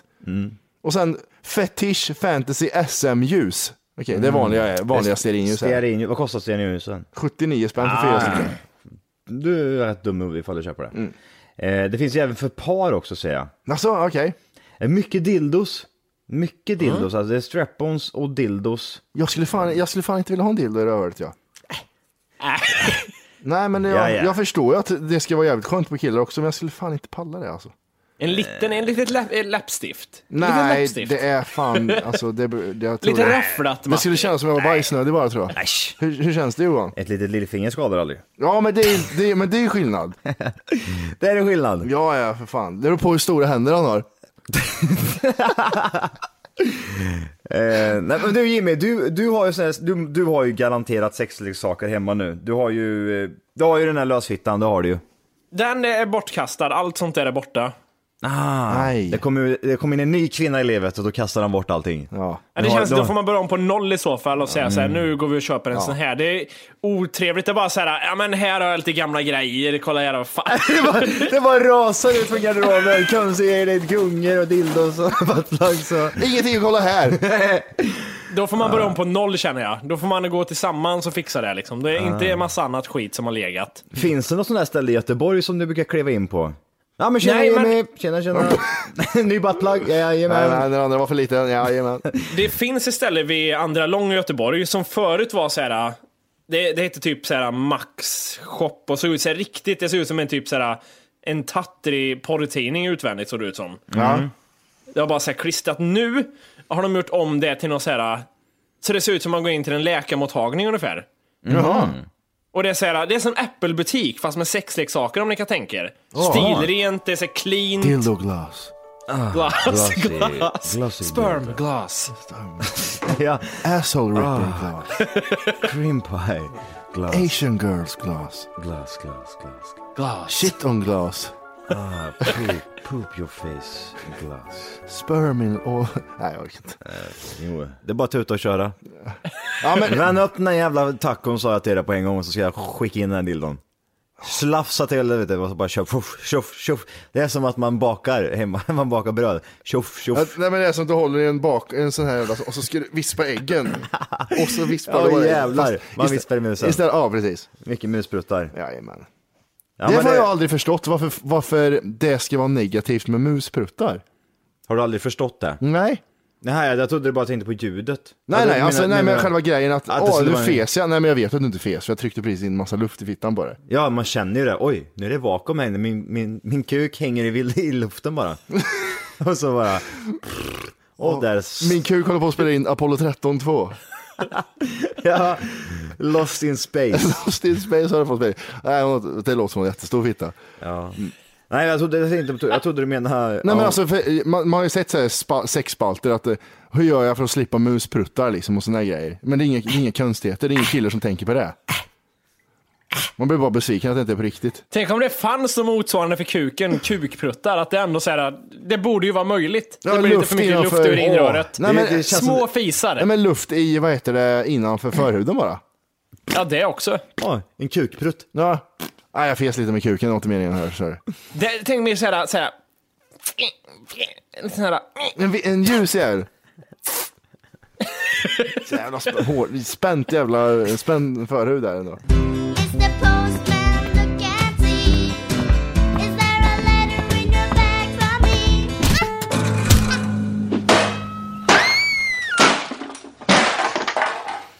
Och sen fetish fantasy SM-ljus. Okej, det
Mm.
är vanliga, vanliga stearinljus här.
Stearinljus, vad kostar stearinljusen?
79 spänn för
Ah.
fyra stycken.
Du är rätt dum ifall du köper det. Eh, det finns ju även för par också ser jag.
Alltså, okej.
Eh, Mycket dildos. Mycket dildos, alltså det är strap-ons och dildos.
Jag, skulle fan- jag skulle fan inte vilja ha en dildo i rövhålet jag. Nej men jag,
Ja, ja.
jag förstår ju att det ska vara jävligt skönt på killar också men jag skulle fan inte palla det alltså.
En liten, en litet läpp, eh, läppstift. En liten
Nej
läppstift.
det är fan alltså det, det jag tror
Lite
det.
räfflat,
Det skulle
Matti.
kännas som jag var bajsnödig bara tror jag. Hur, hur känns det Johan?
Ett litet lillfinger skadar aldrig.
Ja men det är det, är- men det är ju skillnad.
Det är en skillnad.
Ja ja för fan. Det beror på hur stora händer han har.
Eh, nej, men du Jimmy, du, du, har ju sån här, du, du har ju garanterat sexleksaker hemma nu. Du har ju, eh, du har ju den här lösfittan, det har du ju.
Den är bortkastad, allt sånt där är borta.
Ah,
Nej.
Det kom, ju- det kom in en ny kvinna i livet och då kastar han bort allting.
Ja.
Ja, det
Ja,
känns,
då-
då får man börja om på noll i så fall och säga så här, nu går vi och köper en sån här. Det är otrevligt att bara säga, ja men här har jag lite gamla grejer, kolla här. vad Fan.
Det bara, det bara rasar ut från garderoben, konserter, gungor och dildos och buttplugs och...
Ingenting att kolla här.
Då får man börja om på noll känner jag. Då får man gå tillsammans och fixa det liksom. Det är inte en massa annat skit som har legat.
Finns det något sånt där ställe i Göteborg som du brukar kliva in på? Ja men tjena
Nej, men-
Jimmy, tjena tjena. Ny buttplug, jajamän.
Nej, den andra var för liten, jajamän.
Det finns istället vid Andra Lång i Göteborg som förut var så här. äh, Det, det hette typ så här Max shop och såg ut så här riktigt. Det såg ut som en typ så här en tattrig porrtidning utvändigt såg det ut som. Mm.
Ja.
Det har bara så här klistrat. Nu har de gjort om det till något så här. äh, Så det ser ut som man går in till en läkarmottagning ungefär.
Jaha.
Och det är så här, äh, det är som Apple-butik fast med sexleksaker om ni kan tänka er.
Åh.
Stilrent, det är så här clean.
Dildo glass.
Glass,
Glossy.
glass,
Glossy
sperm,
dildo.
glass.
ja.
Asshole ripping
Ah.
glass.
Cream pie. Glass.
Asian girls glass.
Glass, glass, glass.
Glass.
Shit on glass.
Ah, poop, poop your face in glass.
Sperm in all... Nej, jag orkar inte.
Jo, det är bara att tuta och köra.
Ja, men-
Värm upp den där jävla tacon sa jag till dig på en gång och så ska jag skicka in den här dildon. Slafsa till det vet du, och så bara tjoff, tjoff, tjoff, tjoff. Det är som att man bakar hemma, man bakar bröd. Tjoff, tjoff.
Ja, nej men det är som att du håller i en, bak, en sån här jävla, och så ska du vispa äggen. Och så vispar
Ja
du bara-
jävlar,
fast
man
istä-
vispar i musen.
Istället, ja precis.
Mycket muspruttar.
Jajamän.
Ja,
det
men
har jag aldrig förstått varför, varför det ska vara negativt med muspruttar.
Har du aldrig förstått det?
Nej.
Nej, jag trodde du bara tänkte på ljudet.
Nej, nej, alltså, nej, men själva grejen att,
Att det
åh,
skulle
du
vara-
fes jag. Nej, men jag vet att du inte fes, för jag tryckte precis in massa luft i fittan bara.
Ja, man känner ju det. Oj, nu är det vakuum här inne. Min, min, min kuk hänger i, vild- i luften bara. och så bara... Och där...
Min kuk håller på att spela in Apollo 13 2.
Ja, lost in space.
Lost in space har jag fått spela in. Nej, hon- det låter som en jättestor fitta.
Ja. Nej, jag trodde, jag, tänkte, jag trodde du menade...
Nej men alltså, för, man, man har ju sett så här spa, sexspalter att eh, hur gör jag för att slippa muspruttar liksom och sådana grejer. Men det är inga, det är inga konstigheter, det är inga killar som tänker på det. Man blir bara besviken att det inte är på riktigt.
Tänk om det fanns något motsvarande för
Mm.
kuken, kukpruttar, att det ändå så här, det borde ju vara möjligt.
Ja,
det blir lite
luft
för mycket
innanför-
luft ur inröret.
Åh. Nej, men det känns
Små
som-
fisar.
Nej men luft i, vad heter det, innanför förhuden bara.
Ja, det också.
Ja, en kukprutt.
Ja. Nej jag fes lite med kuken, det var inte meningen här. Så.
Det, tänk mer såhär, såhär, såhär,
En, vi- en ljus jävel. Så jävla sp- hård, spänt jävla, spänd förhud där ändå.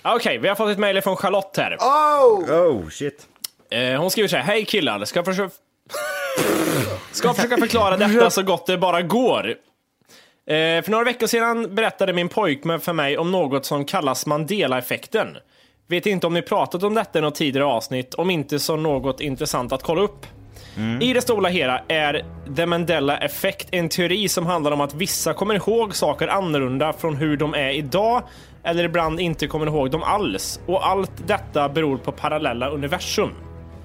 Ja, Okej, vi har fått ett mejl från Charlotte här.
Oh!
Oh, shit.
Eh, hon skriver så här, hej killar, ska försöka... ska försöka förklara detta så gott det bara går. Eh, för några veckor sedan berättade min pojkvän för mig om något som kallas Mandela-effekten. Vet inte om ni pratat om detta i något tidigare avsnitt, om inte så något intressant att kolla upp. I det stora hela är The Mandela Effect en teori som handlar om att vissa kommer ihåg saker annorlunda från hur de är idag eller ibland inte kommer ihåg dem alls. Och allt detta beror på parallella universum.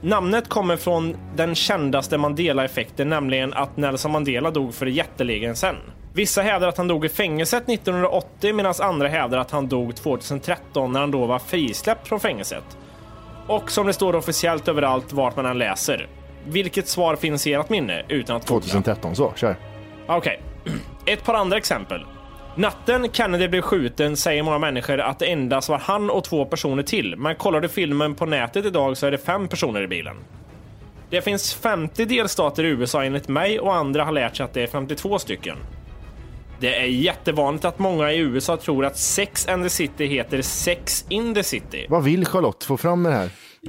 Namnet kommer från den kändaste Mandela-effekten, nämligen att Nelson Mandela dog för jättelegen sen. Vissa hävdar att han dog i fängelset 1980 medan andra hävdar att han dog 2013 när han då var frisläppt från fängelset och som det står officiellt överallt vart man än läser. Vilket svar finns i ert minne utan att googla?
2013 så, kör.
Okej, ett par andra exempel. Natten Kennedy blev skjuten säger många människor att det endast var han och två personer till, men kollar du filmen på nätet idag så är det fem personer i bilen. Det finns 50 delstater i USA enligt mig och andra har lärt sig att det är 52 stycken. Det är jättevanligt att många i USA tror att Sex and the City heter Sex in the City.
Vad vill Charlotte få fram med det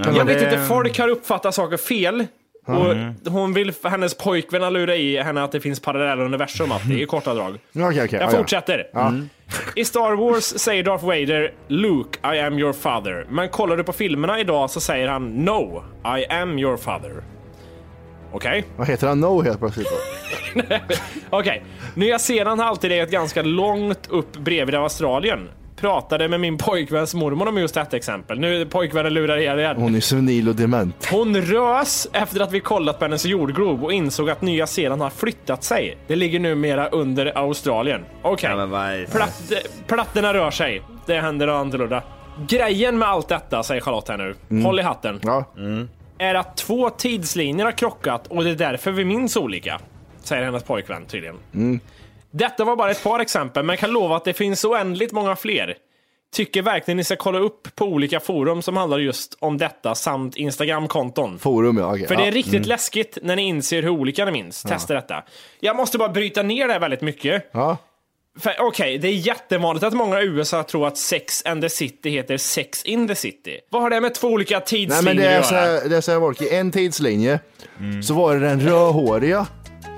Mm. här?
Jag vet inte, folk har uppfattat saker fel. Och hon vill, hennes pojkvän har lurat i henne att det finns parallella universum, att det är korta drag.
Okej, okej. ja,
Jag
ja.
fortsätter. Mm. I Star Wars säger Darth Vader “Luke, I am your father”. Men kollar du på filmerna idag så säger han “No, I am your father”. Okej?
Vad heter han No helt plötsligt då?
Okej. Nya Zeeland har alltid legat ganska långt upp bredvid Australien. Pratade med min pojkväns mormor om just detta exempel. Nu pojkvännen lurar er igen.
Hon är senil och dement.
Hon rös efter att vi kollat på hennes jordglob och insåg att Nya Zeeland har flyttat sig. Det ligger numera under Australien. Okej,
Ja, men vad är det?
Platt, eh, plattorna rör sig. Det händer något annorlunda. Grejen med allt detta, säger Charlotte här nu,
Mm.
håll i hatten,
Ja.
är att två tidslinjer har krockat och det är därför vi minns olika. Säger hennes pojkvän
Mm.
tydligen. Detta var bara ett par exempel, men jag kan lova att det finns oändligt många fler. Tycker verkligen ni ska kolla upp på olika forum som handlar just om detta samt Instagram-konton.
Forum ja, okej.
För det är
Ja.
riktigt
Mm.
läskigt när ni inser hur olika ni minns.
Ja.
Testa detta. Jag måste bara bryta ner det här väldigt mycket.
Ja.
För, Okej, det är jättevanligt att många i USA tror att Sex and the City heter Sex in the City. Vad har det med två olika
Nej
tidslinjer
men det är
att
så
göra?
här, det är så här Volk. i en tidslinje så var det den rödhåriga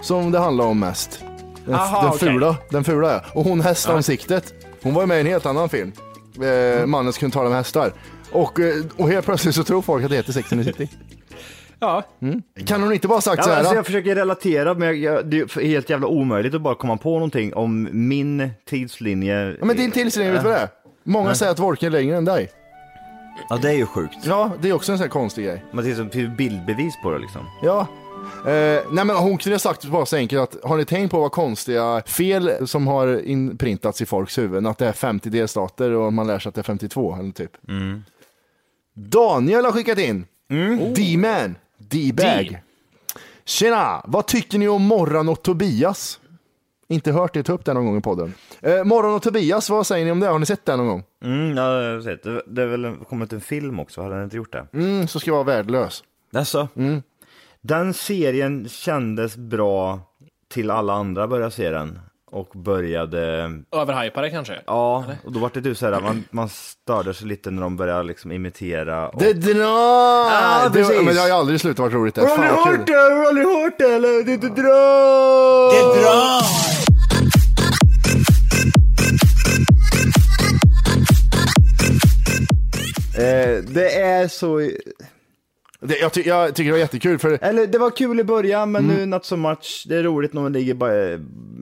som det handlade om mest. Den,
Aha,
den
okej.
fula, den fula ja. Och hon hästansiktet, hon var ju med i en helt annan film. Eh, mannen som kunde tala med hästar. Och, eh, och helt plötsligt så tror folk att det heter Sex and the City.
Ja.
Mm. Kan hon inte bara ha sagt
Ja,
så här?
alltså
då?
jag försöker relatera, men jag, jag, det är helt jävla omöjligt att bara komma på någonting om min tidslinje.
Ja, men din tidslinje, vet du vad det är? Många
Nej.
säger att Volke är längre än dig.
Ja, det är ju sjukt.
Ja, det är också en sån här konstig grej.
Man ser som bildbevis på det liksom.
Ja. Eh, nej men hon kunde ha sagt bara så enkelt att har ni tänkt på vad konstiga fel som har inprintats i folks huvuden? Att det är 50 delstater och man lär sig att det är 52 eller typ. Daniel har skickat in. Mm. Oh. D-man, D-bag. Tjena, vad tycker ni om Morran och Tobias? Inte hört det ta upp det någon gång i podden. Eh, Morran och Tobias, vad säger ni om det? Har ni sett det någon gång?
Mm, ja, jag har sett. Det, det har väl en- kommit en film också, hade den inte gjort det?
Mm, så ska jag vara värdelös.
Alltså, Den serien kändes bra till alla andra började se den. Och började...
Överhypade kanske?
Ja, och då var det du så här, man, man störde sig lite när de började liksom imitera. Och...
Det drar!
Ja,
det,
precis.
men det har ju aldrig slutat vara roligt. Det.
Har ni
Fan, vad kul.
hört det? Har ni hört det eller? Det det drar!
Det
drar! Eh, det är så...
Det, jag, ty- jag tycker det var jättekul för
Eller det var kul i början men
Mm.
nu not so much. Det är roligt när man ligger bara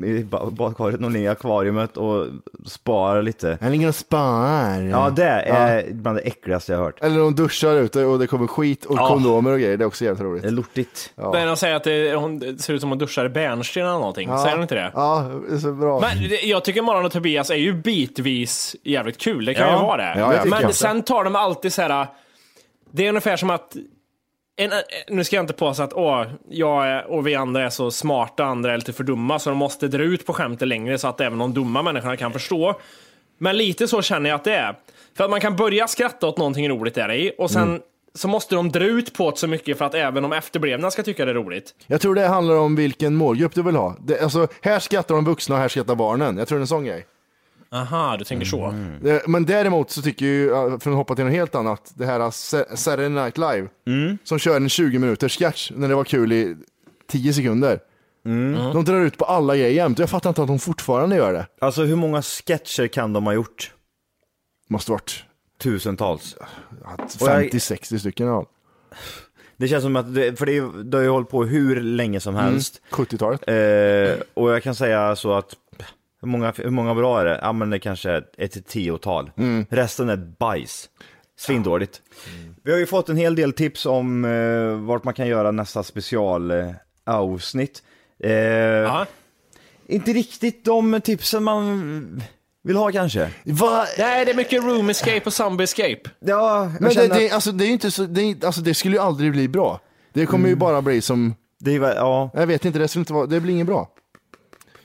i ba- badkaret, någon ligger i akvariet och sparar lite.
Han ligger och sparar.
Ja det är bland det äckligaste jag har hört.
Eller de duschar ute och det kommer skit och
Ja.
kondomer och grejer. Det är också jävligt roligt. Det är
lortigt.
Ja,
Men de säger att det, hon det ser ut som hon duschar i bärnsten eller någonting.
Ja.
Säger de inte det?
ja det är så bra.
Men det- jag tycker Morran och Tobias är ju bitvis jävligt kul, det kan
Ja.
ju vara
Ja,
det.
jag tycker
men
jag.
sen tar de alltid så här. äh, det är ungefär som att en, äh, nu ska jag inte påstå att åh, jag är, och vi andra är så smarta, andra är lite för dumma, så de måste dra ut på skämtet längre så att även de dumma människorna kan förstå. Men lite så känner jag att det är. För att man kan börja skratta åt någonting roligt där i och sen
Mm.
så måste de dra ut på det så mycket för att även de efterblivna ska tycka det är roligt.
Jag tror det handlar om vilken målgrupp du vill ha. Det, alltså, här skrattar de vuxna och här skrattar barnen. Jag tror det är en sån grej.
Aha, du tänker så.
Eh, Men däremot så tycker jag, ju, eh, för att hoppa till något helt annat, det här uh, Sa- Saturday Night Live,
Mm.
som kör en 20 minuters sketch när det var kul i 10 sekunder.
Mm.
De drar ut på alla grejer jämt. Jag fattar inte att de fortfarande gör det.
Alltså hur många sketcher kan de ha gjort?
Måste varit.
Tusentals. Och jag-
50-60 stycken. Ja.
Det känns som att, det, för det, är- det har ju hållit på hur länge som
Mm,
helst.
70-talet.
Eh, och jag kan säga så att, hur många, hur många bra är det? Ja men det kanske är ett till tiotal. Resten är bajs. Svindåligt. Vi har ju fått en hel del tips om eh, vart man kan göra nästa specialavsnitt. Eh, avsnitt. eh, inte riktigt de tipsen man vill ha kanske.
Va?
Nej, det är mycket room escape och zombie escape.
Ja,
Men det, det, alltså, det är ju inte så, det, är, inte- alltså, det skulle ju aldrig bli bra. Det kommer ju bara bli som,
det är, ja.
jag vet inte, det skulle inte vara, det blir inget bra.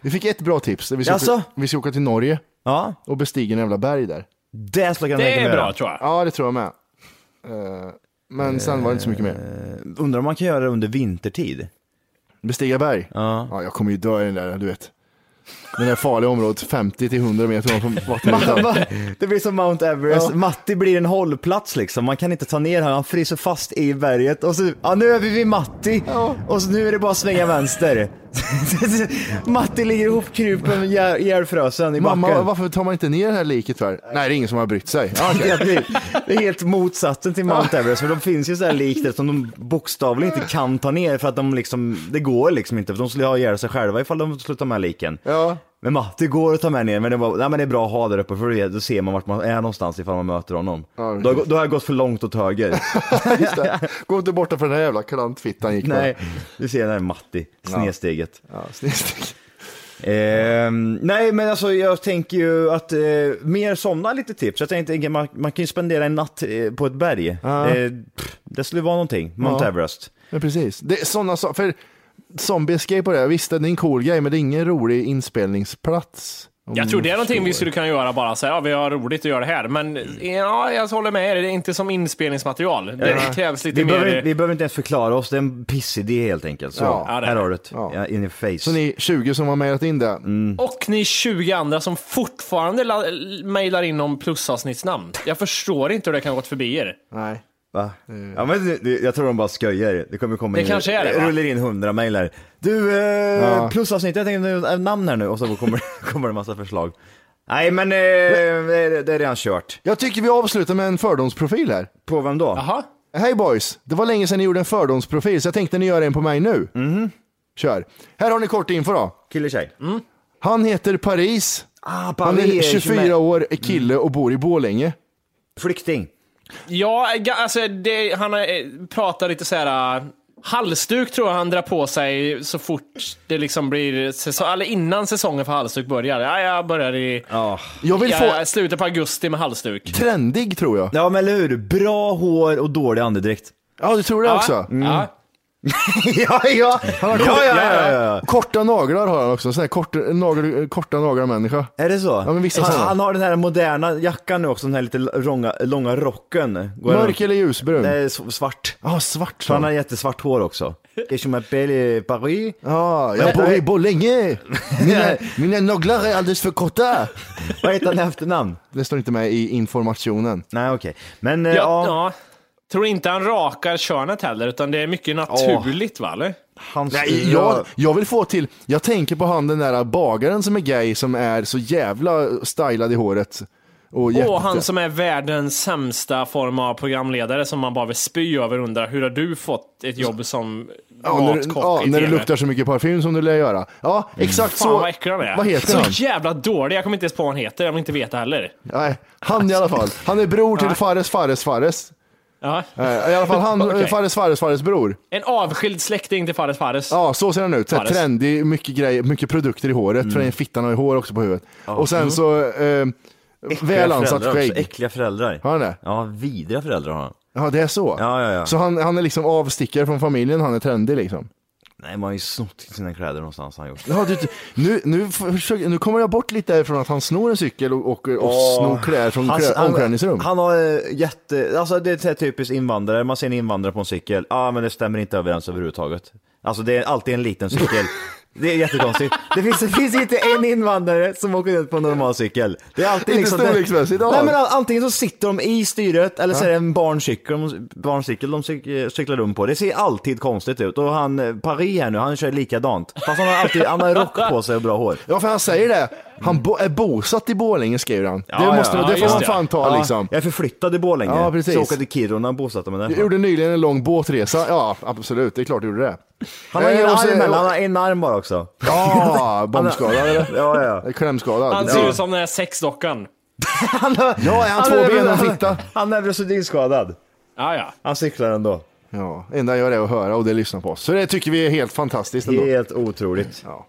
Vi fick ett bra tips, vi ska,
Jaså?
åka, vi ska åka till Norge
ja.
och bestiga en jävla berg där.
Det Mm, skulle jag kunna tänka mig göra.
tror jag.
Ja, det tror jag med. Eh, Men sen var det inte så mycket mer.
Eh, Undrar om man kan göra det under vintertid?
Bestiga berg?
Ja.
ja jag kommer ju dö i den där, du vet. Det där farliga området, 50-100 meter ovanför
Man,
vattenytan.
det blir som Mount Everest,
Ja.
Matti blir en hållplats liksom, man kan inte ta ner honom, han fryser fast i berget och så, ja nu är vi vid Matti och så nu är det bara att svänga vänster. Matti ligger ihopkrupen, ihjäl- ihjälfrösen i backen.
Mamma, varför tar man inte ner det här liket för? Nej, det är ingen som har brytt sig. Ja, okej.
Det är- Det är helt motsatsen till Mount Everest, för de finns ju så här lik där som de bokstavligen inte kan ta ner för att de liksom, det går liksom inte, för de skulle ha ihjäl sig själva ifall de skulle ta med liken.
Ja.
Men ma, det går att ta med ner, men det, var, nej, men det är bra att ha där uppe för det- då ser man vart man är någonstans ifall man möter honom. då, har, jag gå- då har jag gått för långt åt höger.
Just det. Gå inte borta för den här jävla klantfittan gick
nej, du ser där Matti, snedsteget.
Ja, snedsteg.
Ehm, nej men alltså jag tänker ju att eh, mer sådana lite tips. Jag tänkte man, man kan ju spendera en natt eh, på ett berg.
Ja.
Eh, pff, det skulle vara någonting, Mount
Ja.
Everest.
Ja, precis. Det är sådana saker. För Zombie Escape och det, här, visst det är en cool grej, men det är ingen rolig inspelningsplats.
Jag tror det är någonting vi skulle kunna göra bara så här, ja vi har roligt att göra det här. Men ja, jag håller med er, det är inte som inspelningsmaterial. Det
Ja.
krävs lite
vi
mer...
Behöver, vi behöver inte ens förklara oss, det är en pissidé helt enkelt. Så,
Ja. Ja, det är
här har
det.
du det. Ja, in your face.
Så ni 20 som har mejlat in det.
Mm.
Och ni 20 andra som fortfarande la- mejlar in om plusavsnittsnamn. Jag förstår inte hur det kan ha gått förbi er.
Nej.
Va? Ja, men det- det, jag tror de bara skojar. Det kommer komma
Det
in,
kanske är det, va?
rullar in hundra mejl här. Du, eh,
Ja.
plusavsnitt, jag tänkte eh, namn här nu och så kommer, kommer det massa förslag. Nej men eh, det, det är redan kört.
Jag tycker vi avslutar med en fördomsprofil här.
På vem då?
Jaha.
Hej boys, det var länge sedan ni gjorde en fördomsprofil så jag tänkte ni gör en på mig nu. Kör. Här har ni kort info då.
Kille tjej.
Han heter Paris.
Ah,
Han är
Paris,
24
men-
år, är kille och bor i Borlänge.
Flykting.
Ja, ga- alltså det, han eh, pratar lite så här. eh, Halsduk tror jag han drar på sig så fort det liksom blir säsong, eller innan säsongen för halsduk börjar. Ja, jag börjar i
Ja.
Jag vill
ja,
få
slutet på augusti med halsduk.
trendig tror jag.
Ja men eller hur, bra hår och dålig andedräkt.
Ja, du tror det också? Mm.
Ja.
ja, ja. Ja, ja, ja, ja.
Korta naglar har han också, sån här kort, nagel, korta naglar människa.
Är det så?
Ja, men vissa
han,
sådana.
han har den här moderna jackan nu också, den här lite långa, långa rocken. Går
Mörk eller ljusbrun?
Nej, s- svart.
Ja, svart
Så han
sa
har
han.
jättesvart hår också. Je m'appelle eh, Paris.
Ja, Ah, jag bor i Borlänge. Mina, mina naglar är alldeles för korta.
Vad heter han i efternamn?
Det står inte med i informationen.
Nej okej. Men eh,
Ja,
ja,
ja. Tror inte han rakar könet heller, utan det är mycket naturligt va? Eller?
hans...
Nej, jag, jag vill få till, jag tänker på han den där bagaren som är gay som är så jävla stylad i håret. Och jätte-
Och han som är världens sämsta form av programledare som man bara vill spy över och undrar hur har du fått ett jobb som
Ja, när,
matkock
ja,
i
när det
TV?
luktar så mycket parfym som du lär göra. Ja, exakt
Fan
så.
vad äcklig han är.
Vad heter
så
han?
jävla dålig. Jag kommer inte ens på vad han heter. Jag vill inte veta heller.
Nej, han i alla fall. Han är bror till Fares Fares Fares.
Ja.
Eh, I alla fall han,
Okej.
Fares Fares Fares bror.
En avskild släkting till Fares Fares.
Ja, så ser han ut. Så här
Fares.
trendig, mycket grejer, mycket produkter i håret.
Mm.
För den fittan har ju hår också på huvudet. Och sen så, eh, väl ansatt skägg.
Äckliga föräldrar.
Har han det?
Ja, vidriga föräldrar har han.
Ja, det är så.
Ja, ja, ja.
Så han, han är liksom avstickare från familjen, han är trendig liksom.
Nej, man har ju snott sina kläder någonstans har han gjort.
Ja, du, nu, nu, försöker- nu kommer jag bort lite därifrån att han snor en cykel och, och, och snor kläder från
Hans-
klä, omklädningsrum.
Han, han har eh, jätte, alltså det är så här typiskt invandrare, man ser en invandrare på en cykel, ja ah, men det stämmer inte överens överhuvudtaget. Alltså det är alltid en liten cykel. Det är jättekonstigt. Det finns, det finns inte en invandrare som åker runt på en normal cykel. Det är alltid
Inte
liksom...
storleksmässigt, ja.
Nej men all- antingen så sitter de i styret eller så är det en barncykel, de- barncykel de cyk- cyklar runt på. Det ser alltid konstigt ut. Och han, eh, Paris här nu, han kör likadant. Fast han har alltid, han har rock på sig och bra hår.
Ja, för han säger det. Han bo, är bosatt i Borlänge, skriver han.
ja,
det, måste,
ja,
det får
just
man
det.
fan ta
Ja,
liksom.
Jag är förflyttad i Borlänge.
Ja, precis.
Så jag åker till Kiruna och bosatte mig där.
Jag gjorde nyligen en lång båtresa. Ja, absolut. Det är klart du gjorde det.
Han har
Eh,
ingen
och
arm
så-
heller, han har en arm bara också.
Ja, bombskadad eller?
Ja, ja.
Klämskadad.
Han ser
ja.
ut som den här sexdockan.
ja, är han två ben och en fitta?
Han är neurosedynskadad.
Ja, ja.
Han cyklar ändå.
Ja, enda jag gör är att höra och det lyssnar på oss. Så det tycker vi är helt fantastiskt ändå.
Helt otroligt.
Ja.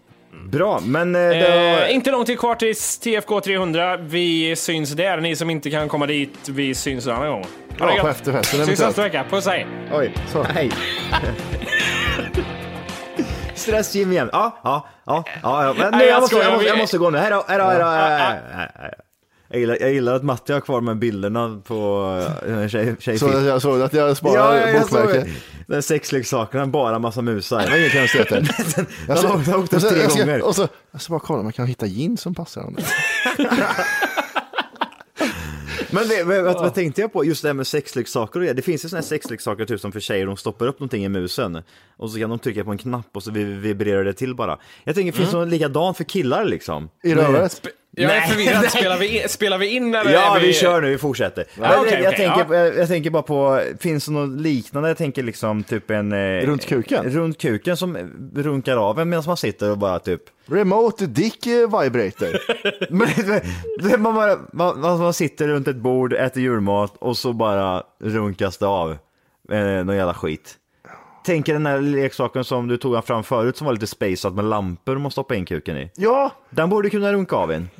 Bra, men eh, det var...
Eh, inte långt till kvar tills TFK 300. Vi syns där. Ni som inte kan komma dit, vi syns en annan gång. Ha
Ja,
det gött.
på efterfesten
Syns
eventuellt.
nästa vecka. Puss hej!
Oj,
Så.
hej. Stress Jim igen. Ja, ja, ja, ja. ja. Men,
Nej,
nej, jag,
jag
måste,
skojar.
jag, måste, jag måste gå nu. Hej då, hej då, hej då.
Ja.
hej då, hej då, hej då. Jag gillar, jag gillar att Matti har kvar med bilderna på eh, tjej,
Så
tjejfilm.
jag såg att jag
Ja,
sparade
ja, jag såg
bokmärket.
det. Den sexleksakerna, bara massa musar.
Det var inga konstigheter.
Den har åkt- har åkt upp
och så-
tre
jag ska-
gånger.
Och så, jag ska bara kolla om jag kan hitta jeans som passar honom.
Men det, vad, vad, vad tänkte jag på? Just det här med sexleksaker och det. Det finns ju sådana här sexleksaker typ som för tjejer, de stoppar upp någonting i musen och så kan de trycka på en knapp och så vi- vibrerar det till bara. Jag tänker, finns det någon likadan för killar liksom?
I röret.
Jag är
Nej,
förvirrad.
nej.
Spelar vi, in, spelar vi in eller?
Ja,
är
vi kör nu, vi fortsätter. Men
okej,
jag,
okej,
jag, tänker,
ja.
på- jag, jag tänker bara på, finns det något liknande? Jag tänker liksom typ en... Eh,
Runt kuken?
Runt kuken som runkar av en medan man sitter och bara typ...
Remote dick eh, vibrator.
Men, men, man, bara, man, man, man sitter runt ett bord, äter julmat och så bara runkas det av eh, någon jävla skit. Tänk er den här leksaken som du tog fram förut som var lite spacead med lampor man stoppar in kuken i.
Ja,
Den borde kunna runka av en.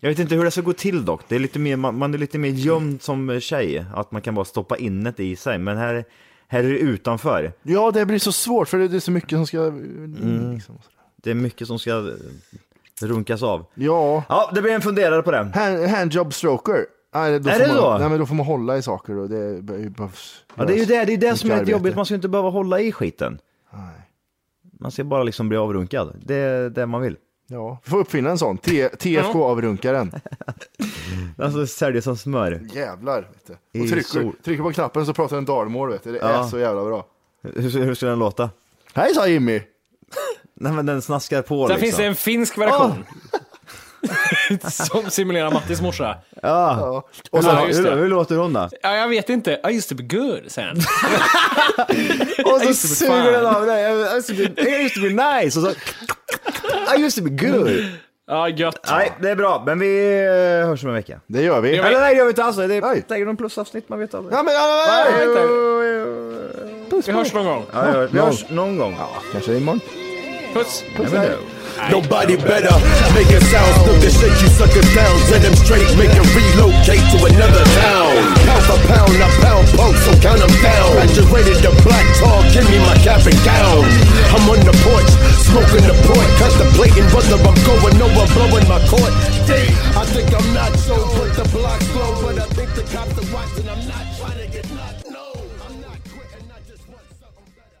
Jag vet inte hur det ska gå till dock, det är lite mer, man, man är lite mer gömd som tjej, att man kan bara stoppa in det i sig, men här, här är det utanför.
ja,
Mm.
det blir så svårt för det det är så mycket som ska... Liksom.
Det är mycket som ska Det runkas av.
Ja.
Ja, det blir en funderare på den.
Hand, handjob stroker. Nej, då
Är
får
det
man,
så?
Nej, men då får man hålla i saker och det be- behövs.
Ja, det är ju det, det, är det som är
mycket
lite jobbigt.
arbete.
Man ska ju inte behöva hålla i skiten. Man ska bara liksom bli avrunkad. Det är det man vill.
Ja, vi får uppfinna en sån. T- TFK-avrunkaren.
Alltså säljer som smör.
Jävlar. Vet du.
I
Och
sol.
trycker, trycker på knappen så pratar den dalmål. Vet du. Det är
Ja.
så jävla bra.
Hur, hur ska den låta?
Hej sa Jimmy!
Nej men den snaskar på
Sen
liksom.
finns det en finsk version. som simulerar Mattis morsa.
Ja. Och
Ja,
sen,
just det.
hur, hur låter hon då?
Ja, jag vet inte. I used to be good, säger han.
Och
I
så
used to be fine.
suger den av dig. I used to be- I used to be nice. Och så... I used to be good.
Ja, gött.
Nej, det är bra. Men vi eh, hörs om en vecka.
Det gör vi.
Ja,
Eller nej, det gör vi inte alls. Det är lägger någon plusavsnitt, man vet aldrig.
Ja, men, ja, ja, ja,
Nej,
ja.
vänta.
Vi hörs någon gång.
Ja, ja, vi hörs någon gång.
Kanske imorgon.
Puss.
Nobody better make it sound Snoop to shake you suckers down Set them straight, make them relocate to another town Pound for pound, I pound punk, so count them down Graduated to black tall, give me my cap and gown I'm on the porch, smoking the port Cut the plate and brother, I'm going over, blowing my court I think I'm not so, put the block slow But I think the cops are watching, I'm not trying to get knocked, no I'm not quitting, I just want something better